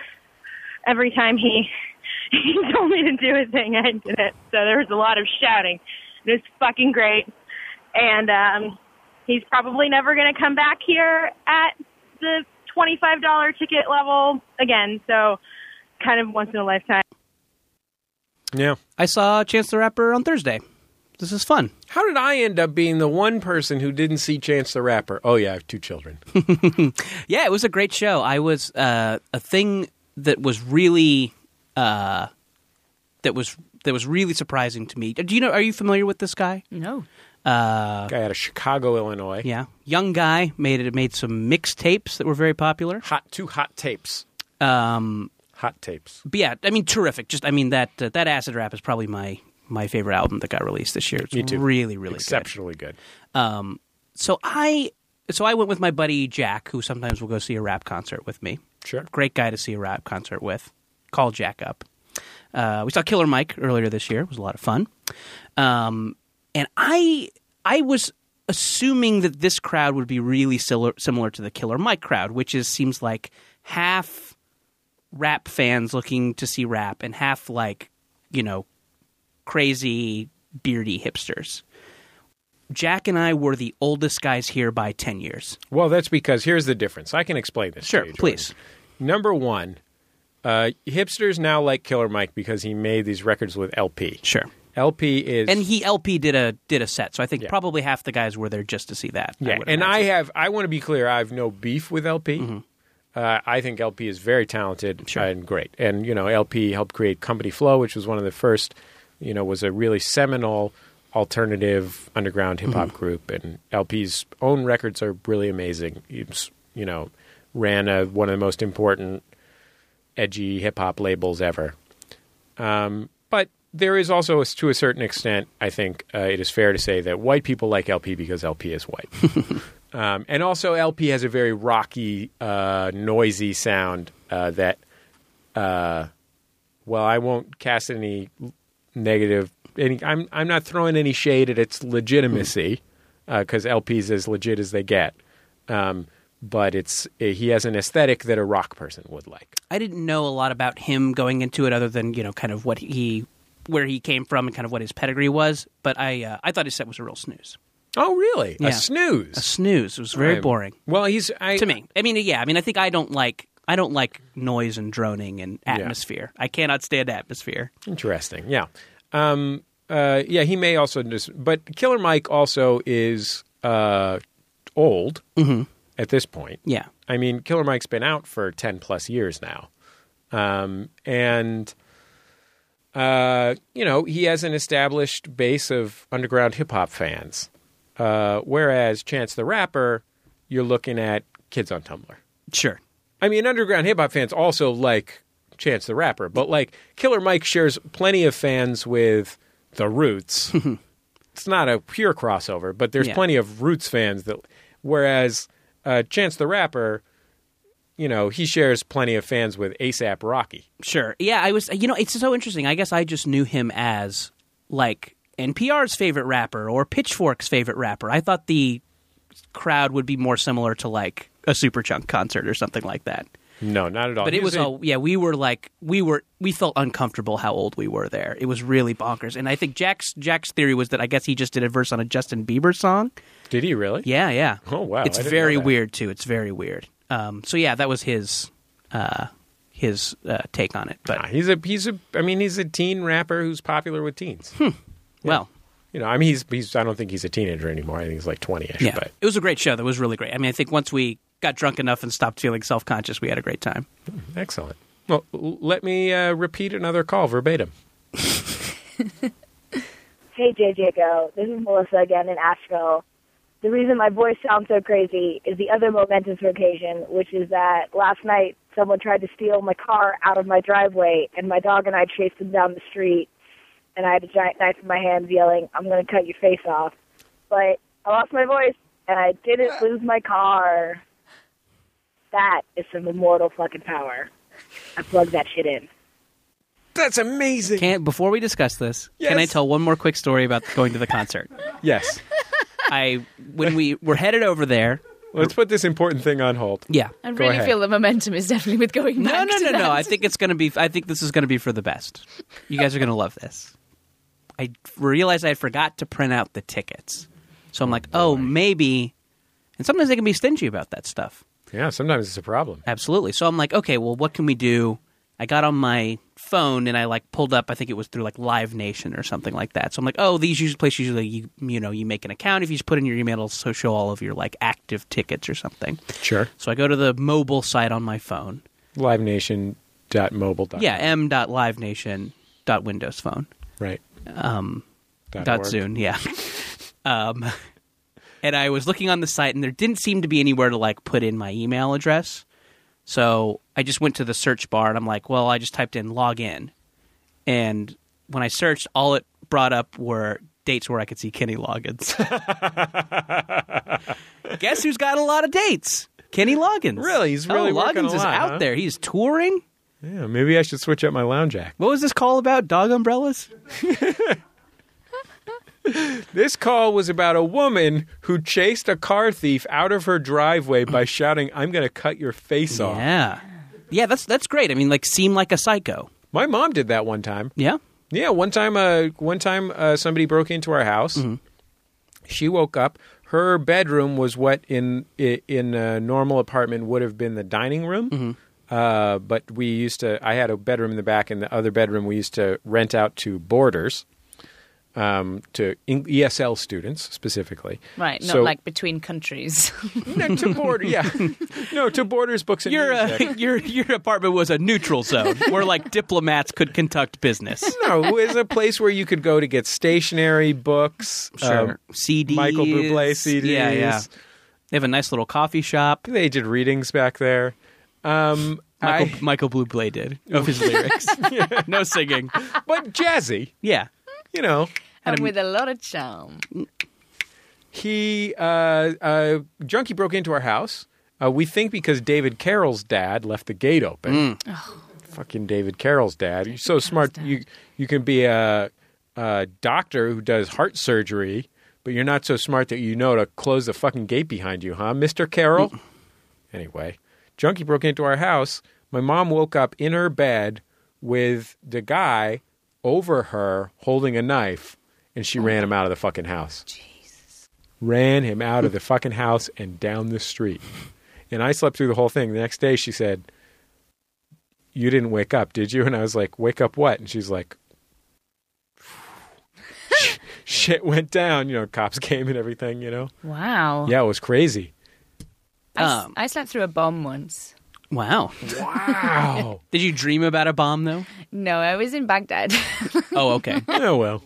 [SPEAKER 8] every time he he told me to do a thing, I did it. So there was a lot of shouting. It was fucking great. And um, he's probably never going to come back here at the $25 ticket level again. So kind of once in a lifetime.
[SPEAKER 2] Yeah.
[SPEAKER 3] I saw Chance the Rapper on Thursday. This is fun.
[SPEAKER 2] How did I end up being the one person who didn't see Chance the Rapper? Oh yeah, I have two children.
[SPEAKER 3] Yeah, it was a great show. I was uh, a thing that was really uh, that was that was really surprising to me. Do you know? Are you familiar with this guy?
[SPEAKER 4] No.
[SPEAKER 2] Guy out of Chicago, Illinois.
[SPEAKER 3] Uh, Yeah, young guy made it made some mixtapes that were very popular.
[SPEAKER 2] Hot two hot tapes.
[SPEAKER 3] Um,
[SPEAKER 2] Hot tapes.
[SPEAKER 3] but yeah, I mean, terrific. Just I mean that uh, that acid rap is probably my my favorite album that got released this year. It's
[SPEAKER 2] Me too.
[SPEAKER 3] really really good.
[SPEAKER 2] Exceptionally good.
[SPEAKER 3] Um, so I so I went with my buddy Jack, who sometimes will go see a rap concert with me.
[SPEAKER 2] Sure.
[SPEAKER 3] Great guy to see a rap concert with. Call Jack up. Uh, we saw Killer Mike earlier this year. It was a lot of fun. Um, and I I was assuming that this crowd would be really similar, similar to the Killer Mike crowd, which is seems like half rap fans looking to see rap and half like, you know, crazy beardy hipsters. Jack and I were the oldest guys here by 10 years.
[SPEAKER 2] Well, that's because here's the difference. I can explain this. to
[SPEAKER 3] Sure,
[SPEAKER 2] you, Jordan.
[SPEAKER 3] please.
[SPEAKER 2] Number one, uh, hipsters now like Killer Mike because he made these records with LP.
[SPEAKER 3] Sure.
[SPEAKER 2] LP is
[SPEAKER 3] And he LP did a did a set, so I think
[SPEAKER 2] Yeah.
[SPEAKER 3] probably half the guys were there just to see that.
[SPEAKER 2] yeah.
[SPEAKER 3] would
[SPEAKER 2] and I
[SPEAKER 3] imagine. Mm-hmm.
[SPEAKER 2] have I want to be clear. I have no beef with LP. Uh, I think LP is very talented
[SPEAKER 3] Sure.
[SPEAKER 2] and great. And you know, LP helped create Company Flow, which was one of the first. You know, was a really seminal alternative underground hip
[SPEAKER 3] Mm-hmm.
[SPEAKER 2] hop group. And LP's own records are really amazing. He's, you know, ran a, one of the most important edgy hip hop labels ever. Um, but there is also, to a certain extent, I think uh, it is fair to say that white people like LP because LP is white. um, and also, LP has a very rocky, uh, noisy sound uh, that, uh, well, I won't cast any negative. Any, I'm I'm not throwing any shade at its legitimacy
[SPEAKER 3] Hmm.
[SPEAKER 2] uh, because LP's as legit as they get. Um, but it's eh, he has an aesthetic that a rock person would like.
[SPEAKER 3] I didn't know a lot about him going into it, other than you know, kind of what he, where he came from, and kind of what his pedigree was. But I, uh, I thought his set was a real snooze.
[SPEAKER 2] Oh, really?
[SPEAKER 3] Yeah.
[SPEAKER 2] A snooze.
[SPEAKER 3] A snooze. It was very
[SPEAKER 2] I'm-
[SPEAKER 3] boring
[SPEAKER 2] Well, he's I,
[SPEAKER 3] to me. I mean, yeah. I mean, I think I don't like, I don't like noise and droning and
[SPEAKER 2] Yeah.
[SPEAKER 3] atmosphere. I cannot stand atmosphere.
[SPEAKER 2] Interesting. Yeah. Um, uh, yeah, he may also just, but Killer Mike also is uh, old at this point.
[SPEAKER 3] Yeah.
[SPEAKER 2] I mean, Killer Mike's been out for 10 plus years now. Um, and, uh, you know, he has an established base of underground hip hop fans. Uh, whereas Chance the Rapper, you're looking at kids on Tumblr.
[SPEAKER 3] Sure.
[SPEAKER 2] I mean, underground hip hop fans also like Chance the Rapper, but like Killer Mike shares plenty of fans with The Roots. it's not a pure crossover, but there's
[SPEAKER 3] Hmm. Yeah.
[SPEAKER 2] plenty of Roots fans that. Whereas uh, Chance the Rapper, you know, he shares plenty of fans with ASAP Rocky.
[SPEAKER 3] Sure. Yeah, I was. You know, it's so interesting. I guess I just knew him as like NPR's favorite rapper or Pitchfork's favorite rapper. I thought the crowd would be more similar to like a Superchunk concert or something like that.
[SPEAKER 2] No, not at all.
[SPEAKER 3] But
[SPEAKER 2] Oh,
[SPEAKER 3] it
[SPEAKER 2] He's
[SPEAKER 3] was
[SPEAKER 2] a-
[SPEAKER 3] all. Yeah, we were like we were. We felt uncomfortable how old we were there. It was really bonkers. And I think Jack's Jack's theory was that I guess he just did a verse on a Justin Bieber song.
[SPEAKER 2] Did he really?
[SPEAKER 3] Yeah, yeah.
[SPEAKER 2] Oh, wow.
[SPEAKER 3] It's
[SPEAKER 2] I didn't
[SPEAKER 3] very
[SPEAKER 2] know that.
[SPEAKER 3] weird too. It's very weird. Um. So yeah, that was his. Uh, his uh, take on it, but
[SPEAKER 2] Nah, he's a he's a. I mean, he's a teen rapper who's popular with teens.
[SPEAKER 3] Hmm. well,
[SPEAKER 2] You know, I mean, he's he's. I don't think he's a teenager anymore. I think he's like twenty-ish.
[SPEAKER 3] Yeah.
[SPEAKER 2] But
[SPEAKER 3] It was a great show. That was really great. I mean, I think once we got drunk enough and stopped feeling self conscious, we had a great time.
[SPEAKER 2] Excellent. Well, l- let me uh, repeat another call verbatim.
[SPEAKER 9] Hey, JJ Go. This is Melissa again in Asheville. The reason my voice sounds so crazy is the other momentous occasion, which is that last night someone tried to steal my car out of my driveway, and my dog and I chased him down the street, and I had a giant knife in my hands yelling, I'm going to cut your face off. But I lost my voice, and I didn't lose my car. That is some immortal fucking power. I plugged that shit in.
[SPEAKER 2] That's amazing.
[SPEAKER 3] Can before we discuss this, can I
[SPEAKER 2] Yes.
[SPEAKER 3] tell one more quick story about going to the concert?
[SPEAKER 2] yes.
[SPEAKER 3] I when we were headed over there.
[SPEAKER 2] Let's put this important thing on hold.
[SPEAKER 3] Yeah.
[SPEAKER 4] I
[SPEAKER 2] Go
[SPEAKER 4] really
[SPEAKER 2] ahead.
[SPEAKER 4] feel the momentum is definitely with going
[SPEAKER 3] No,
[SPEAKER 4] back
[SPEAKER 3] no,
[SPEAKER 4] to
[SPEAKER 3] no, no.
[SPEAKER 4] that.
[SPEAKER 3] I think it's gonna be. I think this is gonna be for the best. You guys are gonna love this. I realized I forgot to print out the tickets, so I'm like, oh, maybe. And sometimes they can be stingy about that stuff.
[SPEAKER 2] Yeah, sometimes it's a problem.
[SPEAKER 3] Absolutely. So I'm like, okay, well, what can we do? I got on my phone and I like pulled up. I think it was through like Live Nation or something like that. So I'm like, oh, these usually places usually you you know you make an account if you just put in your email, it'll so show all of your like active tickets or something.
[SPEAKER 2] Sure.
[SPEAKER 3] So I go to the mobile site on my phone.
[SPEAKER 2] LiveNation.mobile.
[SPEAKER 3] Yeah, m dot live nation dot windows phone
[SPEAKER 2] Right.
[SPEAKER 3] um
[SPEAKER 2] Dot
[SPEAKER 3] dot
[SPEAKER 2] org.
[SPEAKER 3] soon yeah um and i was looking on the site and there didn't seem to be anywhere to like put in my email address so i just went to the search bar and i'm like well i just typed in login and when i searched all it brought up were dates where i could see kenny loggins guess who's got a lot of dates kenny loggins
[SPEAKER 2] Really? He's really
[SPEAKER 3] oh,
[SPEAKER 2] working
[SPEAKER 3] loggins
[SPEAKER 2] a
[SPEAKER 3] is
[SPEAKER 2] lot,
[SPEAKER 3] out
[SPEAKER 2] huh?
[SPEAKER 3] there he's touring
[SPEAKER 2] Yeah, maybe I should switch up my lounge act.
[SPEAKER 3] what was this call about dog umbrellas
[SPEAKER 2] This call was about a woman who chased a car thief out of her driveway by shouting, I'm going to cut your face off.
[SPEAKER 3] Yeah. Yeah, that's that's great. I mean, like seem like a psycho.
[SPEAKER 2] My mom did that one time.
[SPEAKER 3] Yeah.
[SPEAKER 2] Yeah, one time, uh, one time uh, somebody broke into our house. She woke up. Her bedroom was what in i- in a normal apartment would have been the dining room. Uh, but we used to. I had a bedroom in the back, and the other bedroom we used to rent out to boarders, um, to Eng- ESL students specifically.
[SPEAKER 4] Right, not
[SPEAKER 2] So-
[SPEAKER 4] like between countries.
[SPEAKER 2] no, to border, yeah, no to borders books and
[SPEAKER 3] Your uh,
[SPEAKER 2] music.
[SPEAKER 3] your your apartment was a neutral zone where like diplomats could conduct business.
[SPEAKER 2] no, it was a place where you could go to get stationery, books, um,
[SPEAKER 3] CDs.
[SPEAKER 2] Michael Bublé CDs.
[SPEAKER 3] Yeah, yeah. They have a nice little coffee shop.
[SPEAKER 2] They did readings back there. Um,
[SPEAKER 3] Michael
[SPEAKER 2] I-
[SPEAKER 3] Michael Bublé did of his lyrics. No singing.
[SPEAKER 2] but jazzy,
[SPEAKER 3] Yeah.
[SPEAKER 2] you know.
[SPEAKER 4] and with a lot of charm.
[SPEAKER 2] He uh, uh, junkie broke into our house. Uh, we think because David Carroll's dad left the gate open. Fucking Oh. David Carroll's dad. You're so smart. You you can be a, a doctor who does heart surgery, but you're not so smart that you know to close the fucking gate behind you, huh, Mister Carroll? Anyway, junkie broke into our house. My mom woke up in her bed with the guy over her holding a knife, and she ran him out of the fucking house. Jesus. Ran him out of the fucking house and down the street. And I slept through the whole thing. The next day she said, You didn't wake up, did you? And I was like, Wake up what? And she's like, Shit went down. You know, cops came and everything, you know?
[SPEAKER 4] Wow.
[SPEAKER 2] Yeah, it was crazy.
[SPEAKER 4] I, s-
[SPEAKER 3] Um,
[SPEAKER 4] I slept through a bomb once.
[SPEAKER 3] Wow.
[SPEAKER 2] Wow.
[SPEAKER 3] Did you dream about a bomb though?
[SPEAKER 4] No, I was in Baghdad.
[SPEAKER 3] Oh, okay.
[SPEAKER 2] oh, well.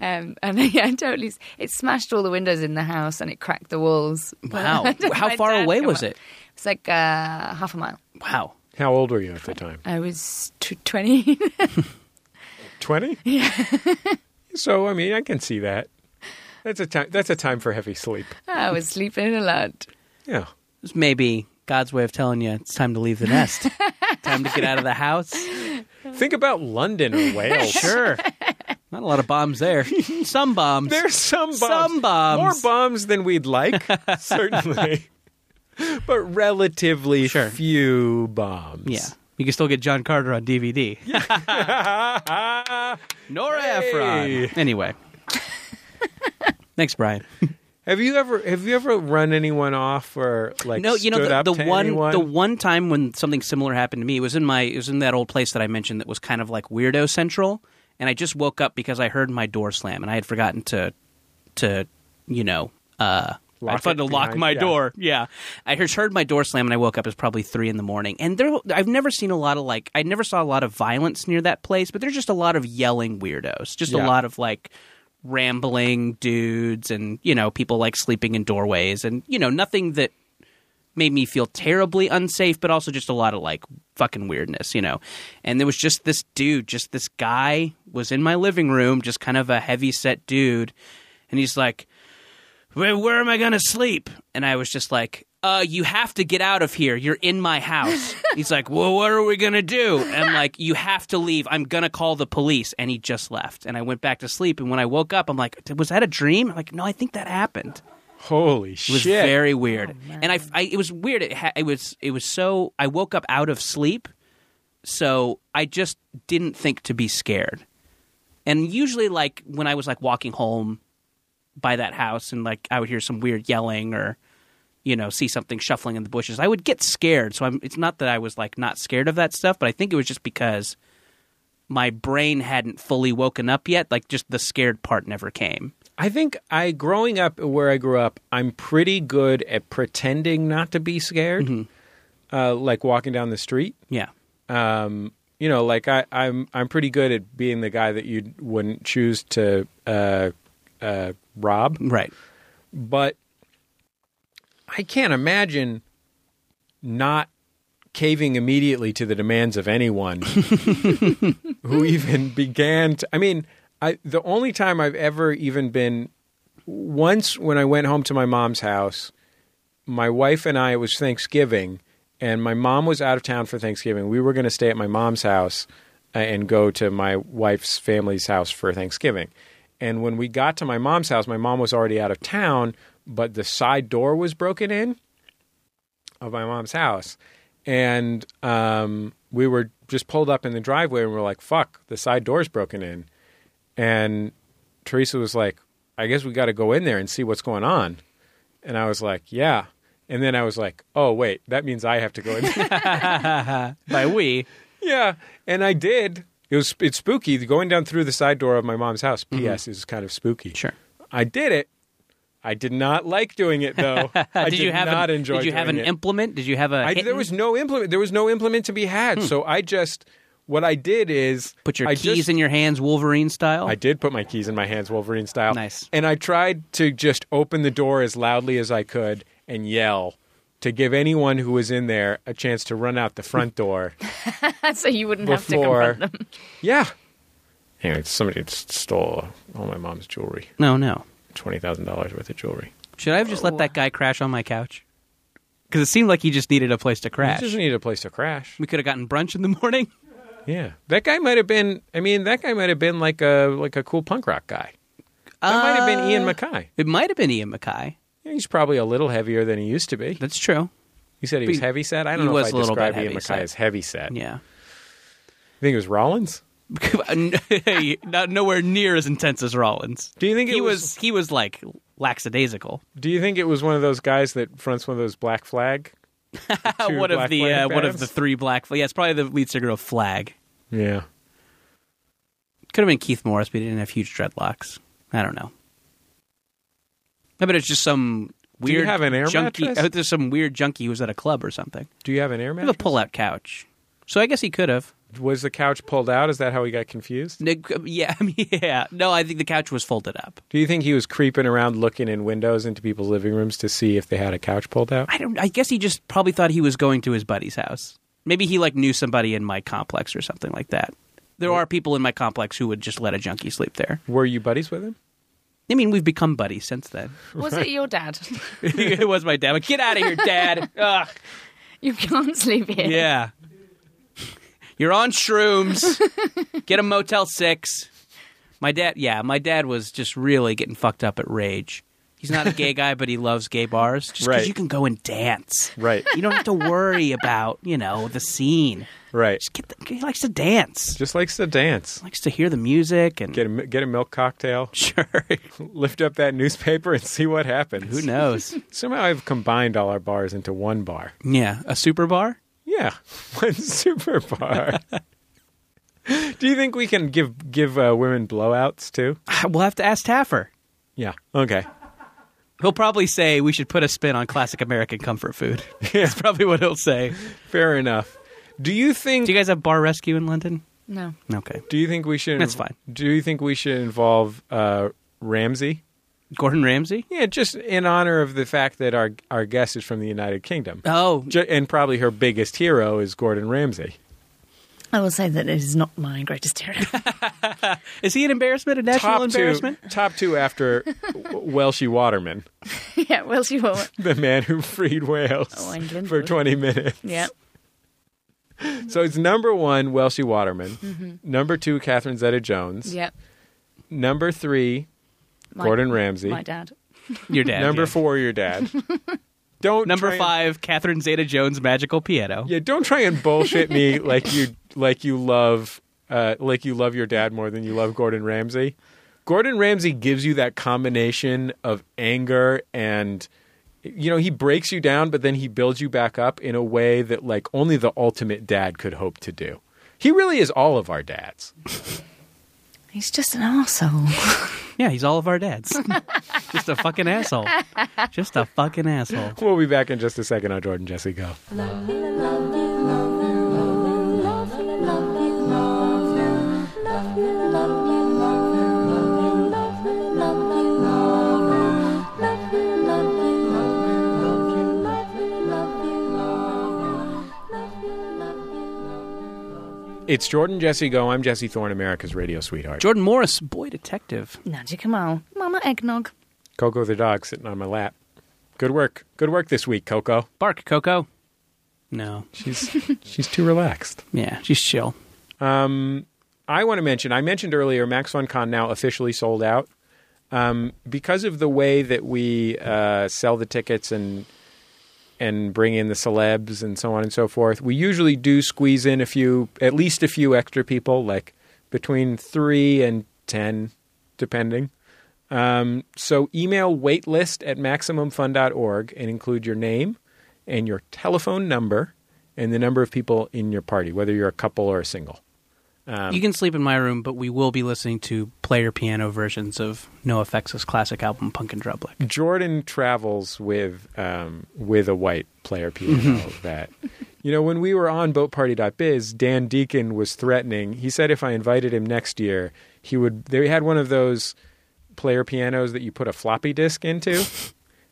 [SPEAKER 4] Um, and yeah, I totally. s- It smashed all the windows in the house and it cracked the walls.
[SPEAKER 3] Wow.
[SPEAKER 4] I don't know,
[SPEAKER 3] How
[SPEAKER 4] my
[SPEAKER 3] far
[SPEAKER 4] dad
[SPEAKER 3] away
[SPEAKER 4] came
[SPEAKER 3] was
[SPEAKER 4] up.
[SPEAKER 3] it?
[SPEAKER 4] It's like uh, half a mile.
[SPEAKER 3] Wow.
[SPEAKER 2] How old were you at the time?
[SPEAKER 4] I was t- 20.
[SPEAKER 2] 20? Yeah. so, I mean, I can see that. That's a time that's a time for heavy sleep.
[SPEAKER 4] I was sleeping a lot.
[SPEAKER 2] Yeah.
[SPEAKER 3] It's maybe God's way of telling you it's time to leave the nest. time to get out of the house.
[SPEAKER 2] Think about London or Wales.
[SPEAKER 3] Sure. Not a lot of bombs there. Some bombs.
[SPEAKER 2] There's some bombs.
[SPEAKER 3] Some bombs.
[SPEAKER 2] More bombs than we'd like, certainly. but relatively
[SPEAKER 3] Sure.
[SPEAKER 2] few bombs.
[SPEAKER 3] yeah. You can still get John Carter on DVD. Nora
[SPEAKER 2] Hey.
[SPEAKER 3] Ephron. Anyway. Thanks, Brian.
[SPEAKER 2] Have you ever have you ever run anyone off or like
[SPEAKER 3] no, you know
[SPEAKER 2] stood
[SPEAKER 3] the,
[SPEAKER 2] up
[SPEAKER 3] the
[SPEAKER 2] to
[SPEAKER 3] one
[SPEAKER 2] anyone?
[SPEAKER 3] the one time when something similar happened to me it was in my it was in that old place that I mentioned that was kind of like weirdo central, and I just woke up because I heard my door slam and I had forgotten to to you know uh.
[SPEAKER 2] Lock
[SPEAKER 3] I tried
[SPEAKER 2] it
[SPEAKER 3] to lock
[SPEAKER 2] behind-
[SPEAKER 3] my
[SPEAKER 2] yeah.
[SPEAKER 3] door. Yeah, I just heard my door slam and I woke up. It was probably three in the morning. And there, I've never seen a lot of like, I never saw a lot of violence near that place. But there's just a lot of yelling weirdos, just
[SPEAKER 2] Yeah.
[SPEAKER 3] a lot of like rambling dudes, and you know, people like sleeping in doorways, and you know, nothing that made me feel terribly unsafe, but also just a lot of like fucking weirdness, you know. And there was just this dude, just this guy was in my living room, just kind of a heavy set dude, and he's like, where, where am I going to sleep? And I was just like, uh, you have to get out of here. You're in my house. He's like, well, what are we going to do? And I'm like, you have to leave. I'm going to call the police. And he just left. And I went back to sleep. And when I woke up, I'm like, was that a dream? I'm like, no, I think that happened.
[SPEAKER 2] Holy
[SPEAKER 3] It was
[SPEAKER 2] shit.
[SPEAKER 3] very weird, and I, I it was weird. It, ha- it was it was so I woke up out of sleep, so I just didn't think to be scared. And usually, like when I was like walking home by that house, and like I would hear some weird yelling or you know see something shuffling in the bushes, I would get scared. So I'm, it's not that I was like not scared of that stuff, but I think it was just because my brain hadn't fully woken up yet. Like just the scared part never came.
[SPEAKER 2] I think I growing up where I grew up, I'm pretty good at pretending not to be scared.
[SPEAKER 3] Mm-hmm.
[SPEAKER 2] Uh, like walking down the street,
[SPEAKER 3] Yeah.
[SPEAKER 2] um, you know, like I, I'm I'm pretty good at being the guy that you wouldn't choose to uh, uh, rob,
[SPEAKER 3] Right.
[SPEAKER 2] but I can't imagine not caving immediately to the demands of anyone who even began to I mean, I the only time I've ever even been once when I went home to my mom's house, my wife and I it was Thanksgiving and my mom was out of town for Thanksgiving. We were going to stay at my mom's house uh, and go to my wife's family's house for Thanksgiving. And when we got to my mom's house, my mom was already out of town, but the side door was broken in of my mom's house. And um, we were just pulled up in the driveway and we were like, fuck, the side door's broken in. And Teresa was like, I guess we got to go in there and see what's going on. And I was like, yeah. And then I was like, oh, wait, that means I have to go in there.
[SPEAKER 3] By we.
[SPEAKER 2] Yeah, and I did. It was it's spooky going down through the side door of my mom's house. P.S. is kind of spooky.
[SPEAKER 3] Mm-hmm. Sure.
[SPEAKER 2] I did it. I did not like doing it though. I
[SPEAKER 3] did, you have
[SPEAKER 2] not
[SPEAKER 3] an,
[SPEAKER 2] enjoy.
[SPEAKER 3] Did you have an
[SPEAKER 2] doing it.
[SPEAKER 3] implement? Did you have a?
[SPEAKER 2] I,
[SPEAKER 3] hidden- Hmm.
[SPEAKER 2] there was no implement. There was no implement to be had. So I just what I did is
[SPEAKER 3] put your
[SPEAKER 2] I
[SPEAKER 3] keys
[SPEAKER 2] just-
[SPEAKER 3] in your hands, Wolverine style.
[SPEAKER 2] I did put my keys in my hands, Wolverine style.
[SPEAKER 3] Nice.
[SPEAKER 2] And I tried to just open the door as loudly as I could and yell to give anyone who was in there a chance to run out the front door.
[SPEAKER 4] so you wouldn't
[SPEAKER 2] before.
[SPEAKER 4] have to confront them.
[SPEAKER 2] yeah. Anyway, somebody s- stole all my mom's jewelry,
[SPEAKER 3] No, no.
[SPEAKER 2] twenty thousand dollars worth of jewelry.
[SPEAKER 3] Should I have just let that guy crash on my couch? Because it seemed like he just needed a place to
[SPEAKER 2] He
[SPEAKER 3] crash.
[SPEAKER 2] just needed a place to crash.
[SPEAKER 3] We could have gotten brunch in the morning.
[SPEAKER 2] Yeah, that guy might have been. I mean, that guy might have been like a like a cool punk rock guy. That might have been
[SPEAKER 3] Uh,
[SPEAKER 2] Ian Mackay.
[SPEAKER 3] It might have been Ian Mackay.
[SPEAKER 2] He's probably a little heavier than he used to be.
[SPEAKER 3] That's true.
[SPEAKER 2] You said he
[SPEAKER 3] but
[SPEAKER 2] was heavy set. I don't
[SPEAKER 3] he
[SPEAKER 2] know
[SPEAKER 3] was
[SPEAKER 2] if
[SPEAKER 3] a
[SPEAKER 2] I
[SPEAKER 3] little bit
[SPEAKER 2] describe Ian Mackay
[SPEAKER 3] heavyset.
[SPEAKER 2] as heavy set. You
[SPEAKER 3] Yeah.
[SPEAKER 2] think it was Rollins?
[SPEAKER 3] Not nowhere near as intense as Rollins.
[SPEAKER 2] Do you think it
[SPEAKER 3] he
[SPEAKER 2] was-
[SPEAKER 3] he was like lackadaisical?
[SPEAKER 2] Do you think it was one of those guys that fronts one of those Black Flag? two
[SPEAKER 3] one of
[SPEAKER 2] Black
[SPEAKER 3] the
[SPEAKER 2] Flag
[SPEAKER 3] uh, one of
[SPEAKER 2] bands?
[SPEAKER 3] the three black. Yeah, it's probably the lead singer of Flag.
[SPEAKER 2] Yeah.
[SPEAKER 3] Could have been Keith Morris, but he didn't have huge dreadlocks. I don't know. I bet it's just some
[SPEAKER 2] Do you
[SPEAKER 3] weird
[SPEAKER 2] have an air
[SPEAKER 3] junkie.
[SPEAKER 2] mattress?
[SPEAKER 3] I bet there's some weird junkie who was at a club or something.
[SPEAKER 2] Do you have an air
[SPEAKER 3] I have a
[SPEAKER 2] mattress?
[SPEAKER 3] pull-out couch, so I guess he could have.
[SPEAKER 2] Was the couch pulled out? Is that how he got confused?
[SPEAKER 3] Nick- Yeah, I mean, yeah. No, I think the couch was folded up.
[SPEAKER 2] Do you think he was creeping around looking in windows into people's living rooms to see if they had a couch pulled out?
[SPEAKER 3] I don't. I guess he just probably thought he was going to his buddy's house. Maybe he like knew somebody in my complex or something like that. There are people in my complex who would just let a junkie sleep there.
[SPEAKER 2] Were you buddies with him?
[SPEAKER 3] I mean, we've become buddies since then.
[SPEAKER 4] Was it your dad?
[SPEAKER 3] it was my dad. Like, Get out of here, dad. Ugh.
[SPEAKER 4] You can't sleep here.
[SPEAKER 3] Yeah. You're on shrooms. Get a Motel 6. My dad, yeah, my dad was just really getting fucked up at rage. He's not a gay guy, but he loves gay bars just because
[SPEAKER 2] Right.
[SPEAKER 3] you can go and dance.
[SPEAKER 2] Right.
[SPEAKER 3] You don't have to worry about, you know, the scene.
[SPEAKER 2] Right.
[SPEAKER 3] Just get the, he likes to dance,
[SPEAKER 2] Just likes to dance.
[SPEAKER 3] likes to hear the music and
[SPEAKER 2] Get a, get a milk cocktail,
[SPEAKER 3] sure.
[SPEAKER 2] lift up that newspaper, and see what happens.
[SPEAKER 3] Who knows?
[SPEAKER 2] Somehow I've combined all our bars into one bar.
[SPEAKER 3] yeah, a super bar.
[SPEAKER 2] Yeah, one super bar. Do you think we can give give uh, women blowouts too?
[SPEAKER 3] We'll have to ask Taffer.
[SPEAKER 2] Yeah. Okay.
[SPEAKER 3] He'll probably say we should put a spin on classic American comfort food. That's probably what he'll say.
[SPEAKER 2] Fair enough. Do you think
[SPEAKER 3] Do you guys have bar rescue in London?
[SPEAKER 4] No.
[SPEAKER 3] Okay.
[SPEAKER 2] Do you think we should?
[SPEAKER 3] That's fine.
[SPEAKER 2] Do you think we should involve uh, Ramsey?
[SPEAKER 3] Gordon Ramsay?
[SPEAKER 2] Yeah, just in honor of the fact that our our guest is from the United Kingdom,
[SPEAKER 3] Oh,
[SPEAKER 2] Ju- and probably her biggest hero is Gordon Ramsay.
[SPEAKER 4] I will say that it is not my greatest hero.
[SPEAKER 3] is he an embarrassment? A national embarrassment?
[SPEAKER 2] two, top two after W- Welshie Waterman,
[SPEAKER 4] yeah, well, she won't.
[SPEAKER 2] the man who freed Wales
[SPEAKER 4] Oh, England
[SPEAKER 2] for
[SPEAKER 4] would.
[SPEAKER 2] twenty minutes.
[SPEAKER 4] Yeah.
[SPEAKER 2] So it's number one, Welshie Waterman. Number two, Catherine Zeta-Jones.
[SPEAKER 4] Yeah.
[SPEAKER 2] Number three,
[SPEAKER 4] My-
[SPEAKER 2] Gordon Ramsay.
[SPEAKER 4] My dad.
[SPEAKER 3] Your dad.
[SPEAKER 2] Number
[SPEAKER 3] yeah.
[SPEAKER 2] four, your dad. Don't
[SPEAKER 3] Number
[SPEAKER 2] try and-
[SPEAKER 3] five, Catherine Zeta Jones, magical piano.
[SPEAKER 2] Yeah, don't try and bullshit me like you like you love uh, like you love your dad more than you love Gordon Ramsay. Gordon Ramsay gives you that combination of anger and you know, he breaks you down, but then he builds you back up in a way that like only the ultimate dad could hope to do. He really is all of our dads.
[SPEAKER 10] He's just an asshole.
[SPEAKER 3] Yeah, he's all of our dads. Just a fucking asshole. Just a fucking asshole.
[SPEAKER 2] We'll be back in just a second on Jordan Jesse Go. It's Jordan Jesse Go. I'm Jesse Thorne, America's radio sweetheart.
[SPEAKER 3] Jordan Morris, boy detective.
[SPEAKER 10] Nadia Kamal, Mama Eggnog.
[SPEAKER 2] Coco the dog sitting on my lap. Good work. Good work this week, Coco.
[SPEAKER 3] Bark, Coco. No.
[SPEAKER 2] She's she's too relaxed.
[SPEAKER 3] Yeah, she's chill.
[SPEAKER 2] I want to mention, I mentioned earlier, Max von Con now officially sold out. Um, because of the way that we uh, sell the tickets and and bring in the celebs and so on and so forth, we usually do squeeze in a few, at least a few extra people, like between three and ten, depending. Um, so email waitlist at maximumfun.org and include your name and your telephone number and the number of people in your party, whether you're a couple or a single.
[SPEAKER 3] you can sleep in my room, but we will be listening to player piano versions of No Effects' classic album, Punk and Drublick.
[SPEAKER 2] Jordan travels with um, with a white player piano that you know when we were on boatparty.biz Dan Deacon was threatening he said if I invited him next year he would they had one of those player pianos that you put a floppy disk into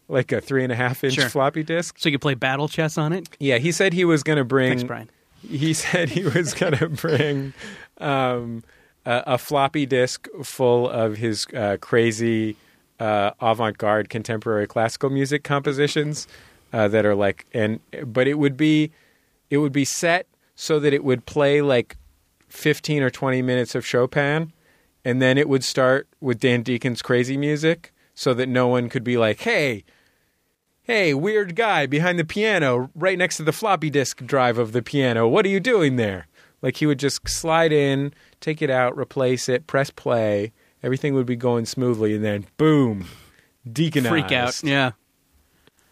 [SPEAKER 2] like a three and a half inch
[SPEAKER 3] Sure.
[SPEAKER 2] floppy disk
[SPEAKER 3] So you can play battle chess on it?
[SPEAKER 2] yeah he said he was going to bring
[SPEAKER 3] Thanks, Brian.
[SPEAKER 2] he said he was going to bring um, a, a floppy disk full of his uh, crazy uh, avant-garde contemporary classical music compositions uh, that are like and but it would be it would be set so that it would play like 15 or 20 minutes of Chopin and then it would start with Dan Deacon's crazy music so that no one could be like hey Hey, weird guy behind the piano, right next to the floppy disk drive of the piano. What are you doing there? Like he would just slide in, take it out, replace it, press play. Everything would be going smoothly, and then boom, deaconized.
[SPEAKER 3] Freak out.
[SPEAKER 2] I
[SPEAKER 3] Yeah.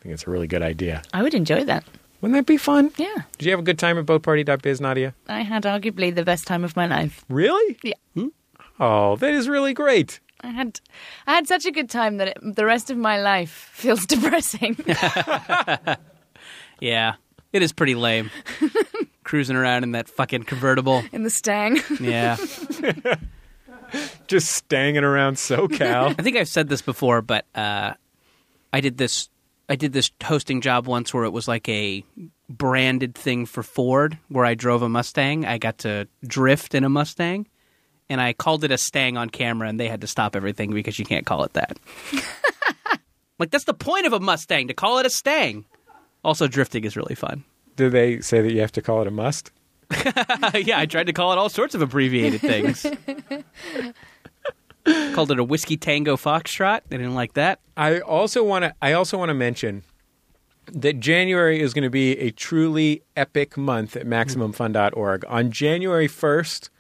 [SPEAKER 2] think it's a really good idea.
[SPEAKER 4] I would enjoy that.
[SPEAKER 2] Wouldn't that be fun?
[SPEAKER 4] Yeah.
[SPEAKER 2] Did you have a good time at bothparty.biz, Nadia?
[SPEAKER 4] I had arguably the best time of my life.
[SPEAKER 2] Really?
[SPEAKER 4] Yeah.
[SPEAKER 2] Oh, that is really great.
[SPEAKER 4] I had, I had such a good time that it, the rest of my life feels depressing.
[SPEAKER 3] Yeah. It is pretty lame. Cruising around in that fucking convertible.
[SPEAKER 4] in the Stang.
[SPEAKER 3] Yeah.
[SPEAKER 2] Just stanging around SoCal.
[SPEAKER 3] I think I've said this before, but uh, I did this. I did this hosting job once where it was like a branded thing for Ford, where I drove a Mustang. I got to drift in a Mustang, and I called it a Stang on camera, and they had to stop everything because you can't call it that. like that's the point of a Mustang to call it a Stang. Also, drifting is really fun.
[SPEAKER 2] Do they say that you have to call it a must?
[SPEAKER 3] yeah, I tried to call it all sorts of abbreviated things. called it a whiskey tango foxtrot. They didn't like that.
[SPEAKER 2] I also want to. I also want to mention that January is going to be a truly epic month at MaximumFun.org. On January first,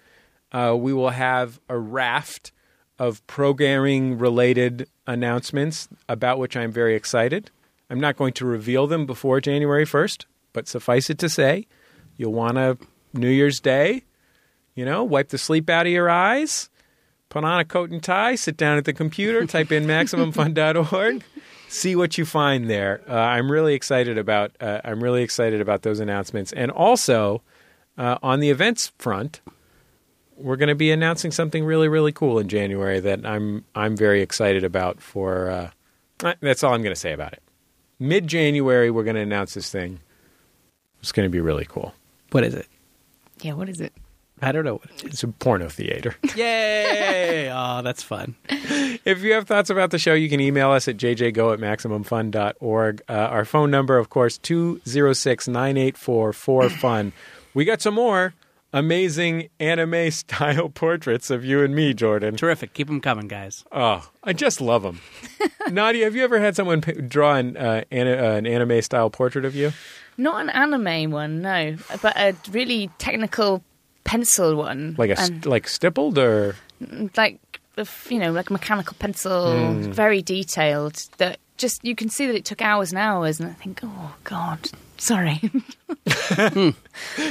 [SPEAKER 2] uh, we will have a raft of programming-related announcements about which I'm very excited. I'm not going to reveal them before January first, but suffice it to say, you'll want to New Year's Day. You know, wipe the sleep out of your eyes put on a coat and tie, sit down at the computer, type in maximumfun.org, see what you find there. Uh, I'm really excited about uh, I'm really excited about those announcements, and also uh, on the events front, we're going to be announcing something really really cool in January that I'm I'm very excited about. For uh, uh, that's all I'm going to say about it. Mid January, we're going to announce this thing. It's going to be really cool.
[SPEAKER 3] What is it?
[SPEAKER 4] yeah, what is it?
[SPEAKER 3] I don't know what
[SPEAKER 2] It's a porno theater.
[SPEAKER 3] Yay! oh, that's fun.
[SPEAKER 2] If you have thoughts about the show, you can email us at jjgo at maximumfun.org. Uh, our phone number, of course, 206 984 4FUN. We got some more amazing anime style portraits of you and me, Jordan.
[SPEAKER 3] Terrific. Keep them coming, guys.
[SPEAKER 2] Oh, I just love them. Nadia, have you ever had someone p- draw an, uh, an, uh, an anime style portrait of you?
[SPEAKER 4] Not an anime one, no, but a really technical pencil one.
[SPEAKER 2] Like a st-
[SPEAKER 4] And,
[SPEAKER 2] like stippled or Mm.
[SPEAKER 4] like a f- you know, like a mechanical pencil, very detailed. That just you can see that it took hours and hours, and I think, oh God, sorry.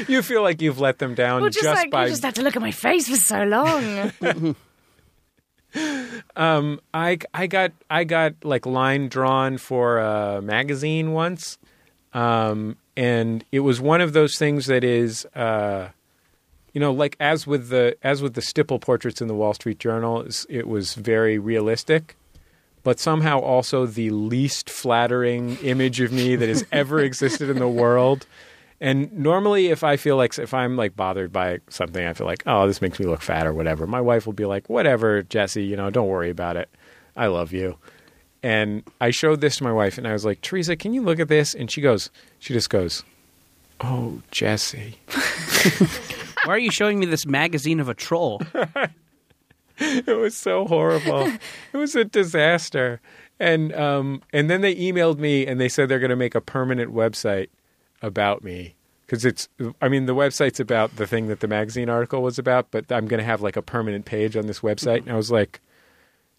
[SPEAKER 2] You feel like you've let them down
[SPEAKER 4] well, just, like
[SPEAKER 2] by
[SPEAKER 4] you just had to look at my face for so long.
[SPEAKER 2] Um, I I got I got like line drawn for a magazine once, um, and it was one of those things that is, uh, you know, like as with the as with the stipple portraits in the Wall Street Journal, it's- it was very realistic, but somehow also the least flattering image of me that has ever existed in the world. And normally, if I feel like if I'm like bothered by something, I feel like, oh, this makes me look fat or whatever. My wife will be like, whatever, Jesse, you know, don't worry about it. I love you. And I showed this to my wife, and I was like, Teresa, can you look at this? And she goes, she just goes, oh, Jesse.
[SPEAKER 3] Why are you showing me this magazine of a troll?
[SPEAKER 2] it was so horrible. it was a disaster. And um, and then they emailed me and they said they're going to make a permanent website about me because it's. I mean, the website's about the thing that the magazine article was about, but I'm going to have like a permanent page on this website. And I was like,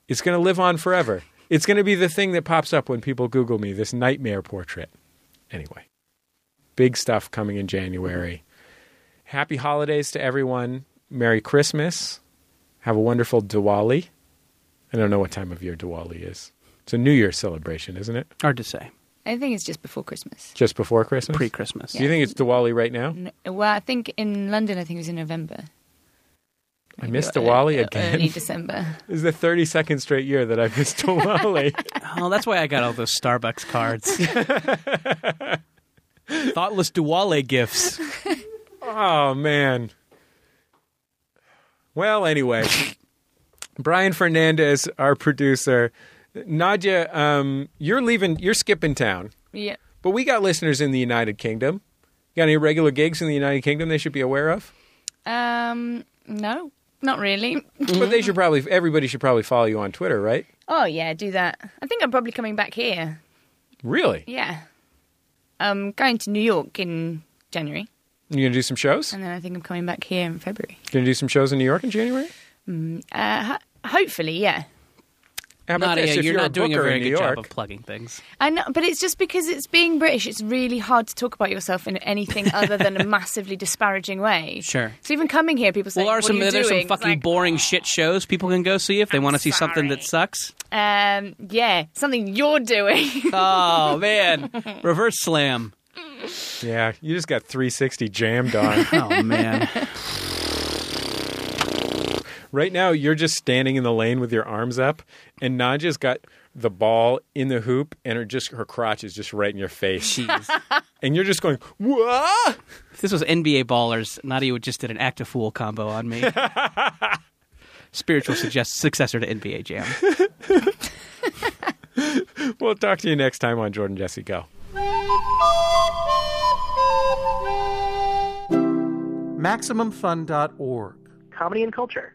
[SPEAKER 2] it's going to live on forever. It's going to be the thing that pops up when people Google me. This nightmare portrait. Anyway, big stuff coming in January. Happy holidays to everyone. Merry Christmas. Have a wonderful Diwali. I don't know what time of year Diwali is. It's a New Year's celebration, isn't it?
[SPEAKER 3] Hard to say.
[SPEAKER 4] I think it's just before Christmas.
[SPEAKER 2] Just before Christmas?
[SPEAKER 3] Pre Christmas.
[SPEAKER 2] Do you think it's Diwali right now?
[SPEAKER 4] N- Well, I think in London, I think it was in November.
[SPEAKER 2] I missed
[SPEAKER 4] Ear-
[SPEAKER 2] Diwali
[SPEAKER 4] ear- Early
[SPEAKER 2] again.
[SPEAKER 4] December.
[SPEAKER 2] This is the 32nd straight year that I missed Diwali.
[SPEAKER 3] Oh, that's why I got all those Starbucks cards. Thoughtless Duale gifts.
[SPEAKER 2] oh, man. Well, anyway, Brian Fernandez, our producer. Nadia, um, you're leaving, you're skipping town.
[SPEAKER 4] Yeah.
[SPEAKER 2] But we got listeners in the United Kingdom. Got any regular gigs in the United Kingdom they should be aware of?
[SPEAKER 4] Um. No, not really.
[SPEAKER 2] But
[SPEAKER 3] Mm-hmm.
[SPEAKER 2] they should probably everybody should probably follow you on Twitter, right?
[SPEAKER 4] Oh yeah, do that. I think I'm probably coming back here.
[SPEAKER 2] Really?
[SPEAKER 4] Yeah. I'm going to New York in January,
[SPEAKER 2] You gonna do some shows?
[SPEAKER 4] and then I think I'm coming back here in February.
[SPEAKER 2] Gonna do some shows in New York in January?
[SPEAKER 4] Uh, ho- hopefully, yeah.
[SPEAKER 2] How about
[SPEAKER 3] Nadia,
[SPEAKER 2] this? If
[SPEAKER 3] you're,
[SPEAKER 2] you're,
[SPEAKER 3] not doing a
[SPEAKER 2] booker
[SPEAKER 3] very
[SPEAKER 2] in
[SPEAKER 3] good
[SPEAKER 2] New York,
[SPEAKER 3] job of plugging things.
[SPEAKER 4] I know, but it's just because it's being British. It's really hard to talk about yourself in anything other than a massively disparaging way.
[SPEAKER 3] Sure.
[SPEAKER 4] So even coming here, people say,
[SPEAKER 3] Well, are
[SPEAKER 4] "What
[SPEAKER 3] some
[SPEAKER 4] are you
[SPEAKER 3] there's some
[SPEAKER 4] doing?" It's
[SPEAKER 3] fucking
[SPEAKER 4] like, oh.
[SPEAKER 3] boring shit shows people can go see if they want to see something that sucks?
[SPEAKER 4] Um, yeah, something you're doing.
[SPEAKER 3] Oh man, reverse slam.
[SPEAKER 2] yeah, you just got 360 jammed on.
[SPEAKER 3] Oh man,
[SPEAKER 2] right now, you're just standing in the lane with your arms up, and Nadia's got the ball in the hoop, and her just her crotch is just right in your face,
[SPEAKER 3] jeez.
[SPEAKER 2] and you're just going, "Whoa!"
[SPEAKER 3] If this was NBA ballers, Nadia would just did an act of fool combo on me. Spiritual suggest- successor to NBA Jam.
[SPEAKER 2] We'll talk to you next time on Jordan Jesse Go.
[SPEAKER 11] MaximumFun.org.
[SPEAKER 12] Comedy and culture.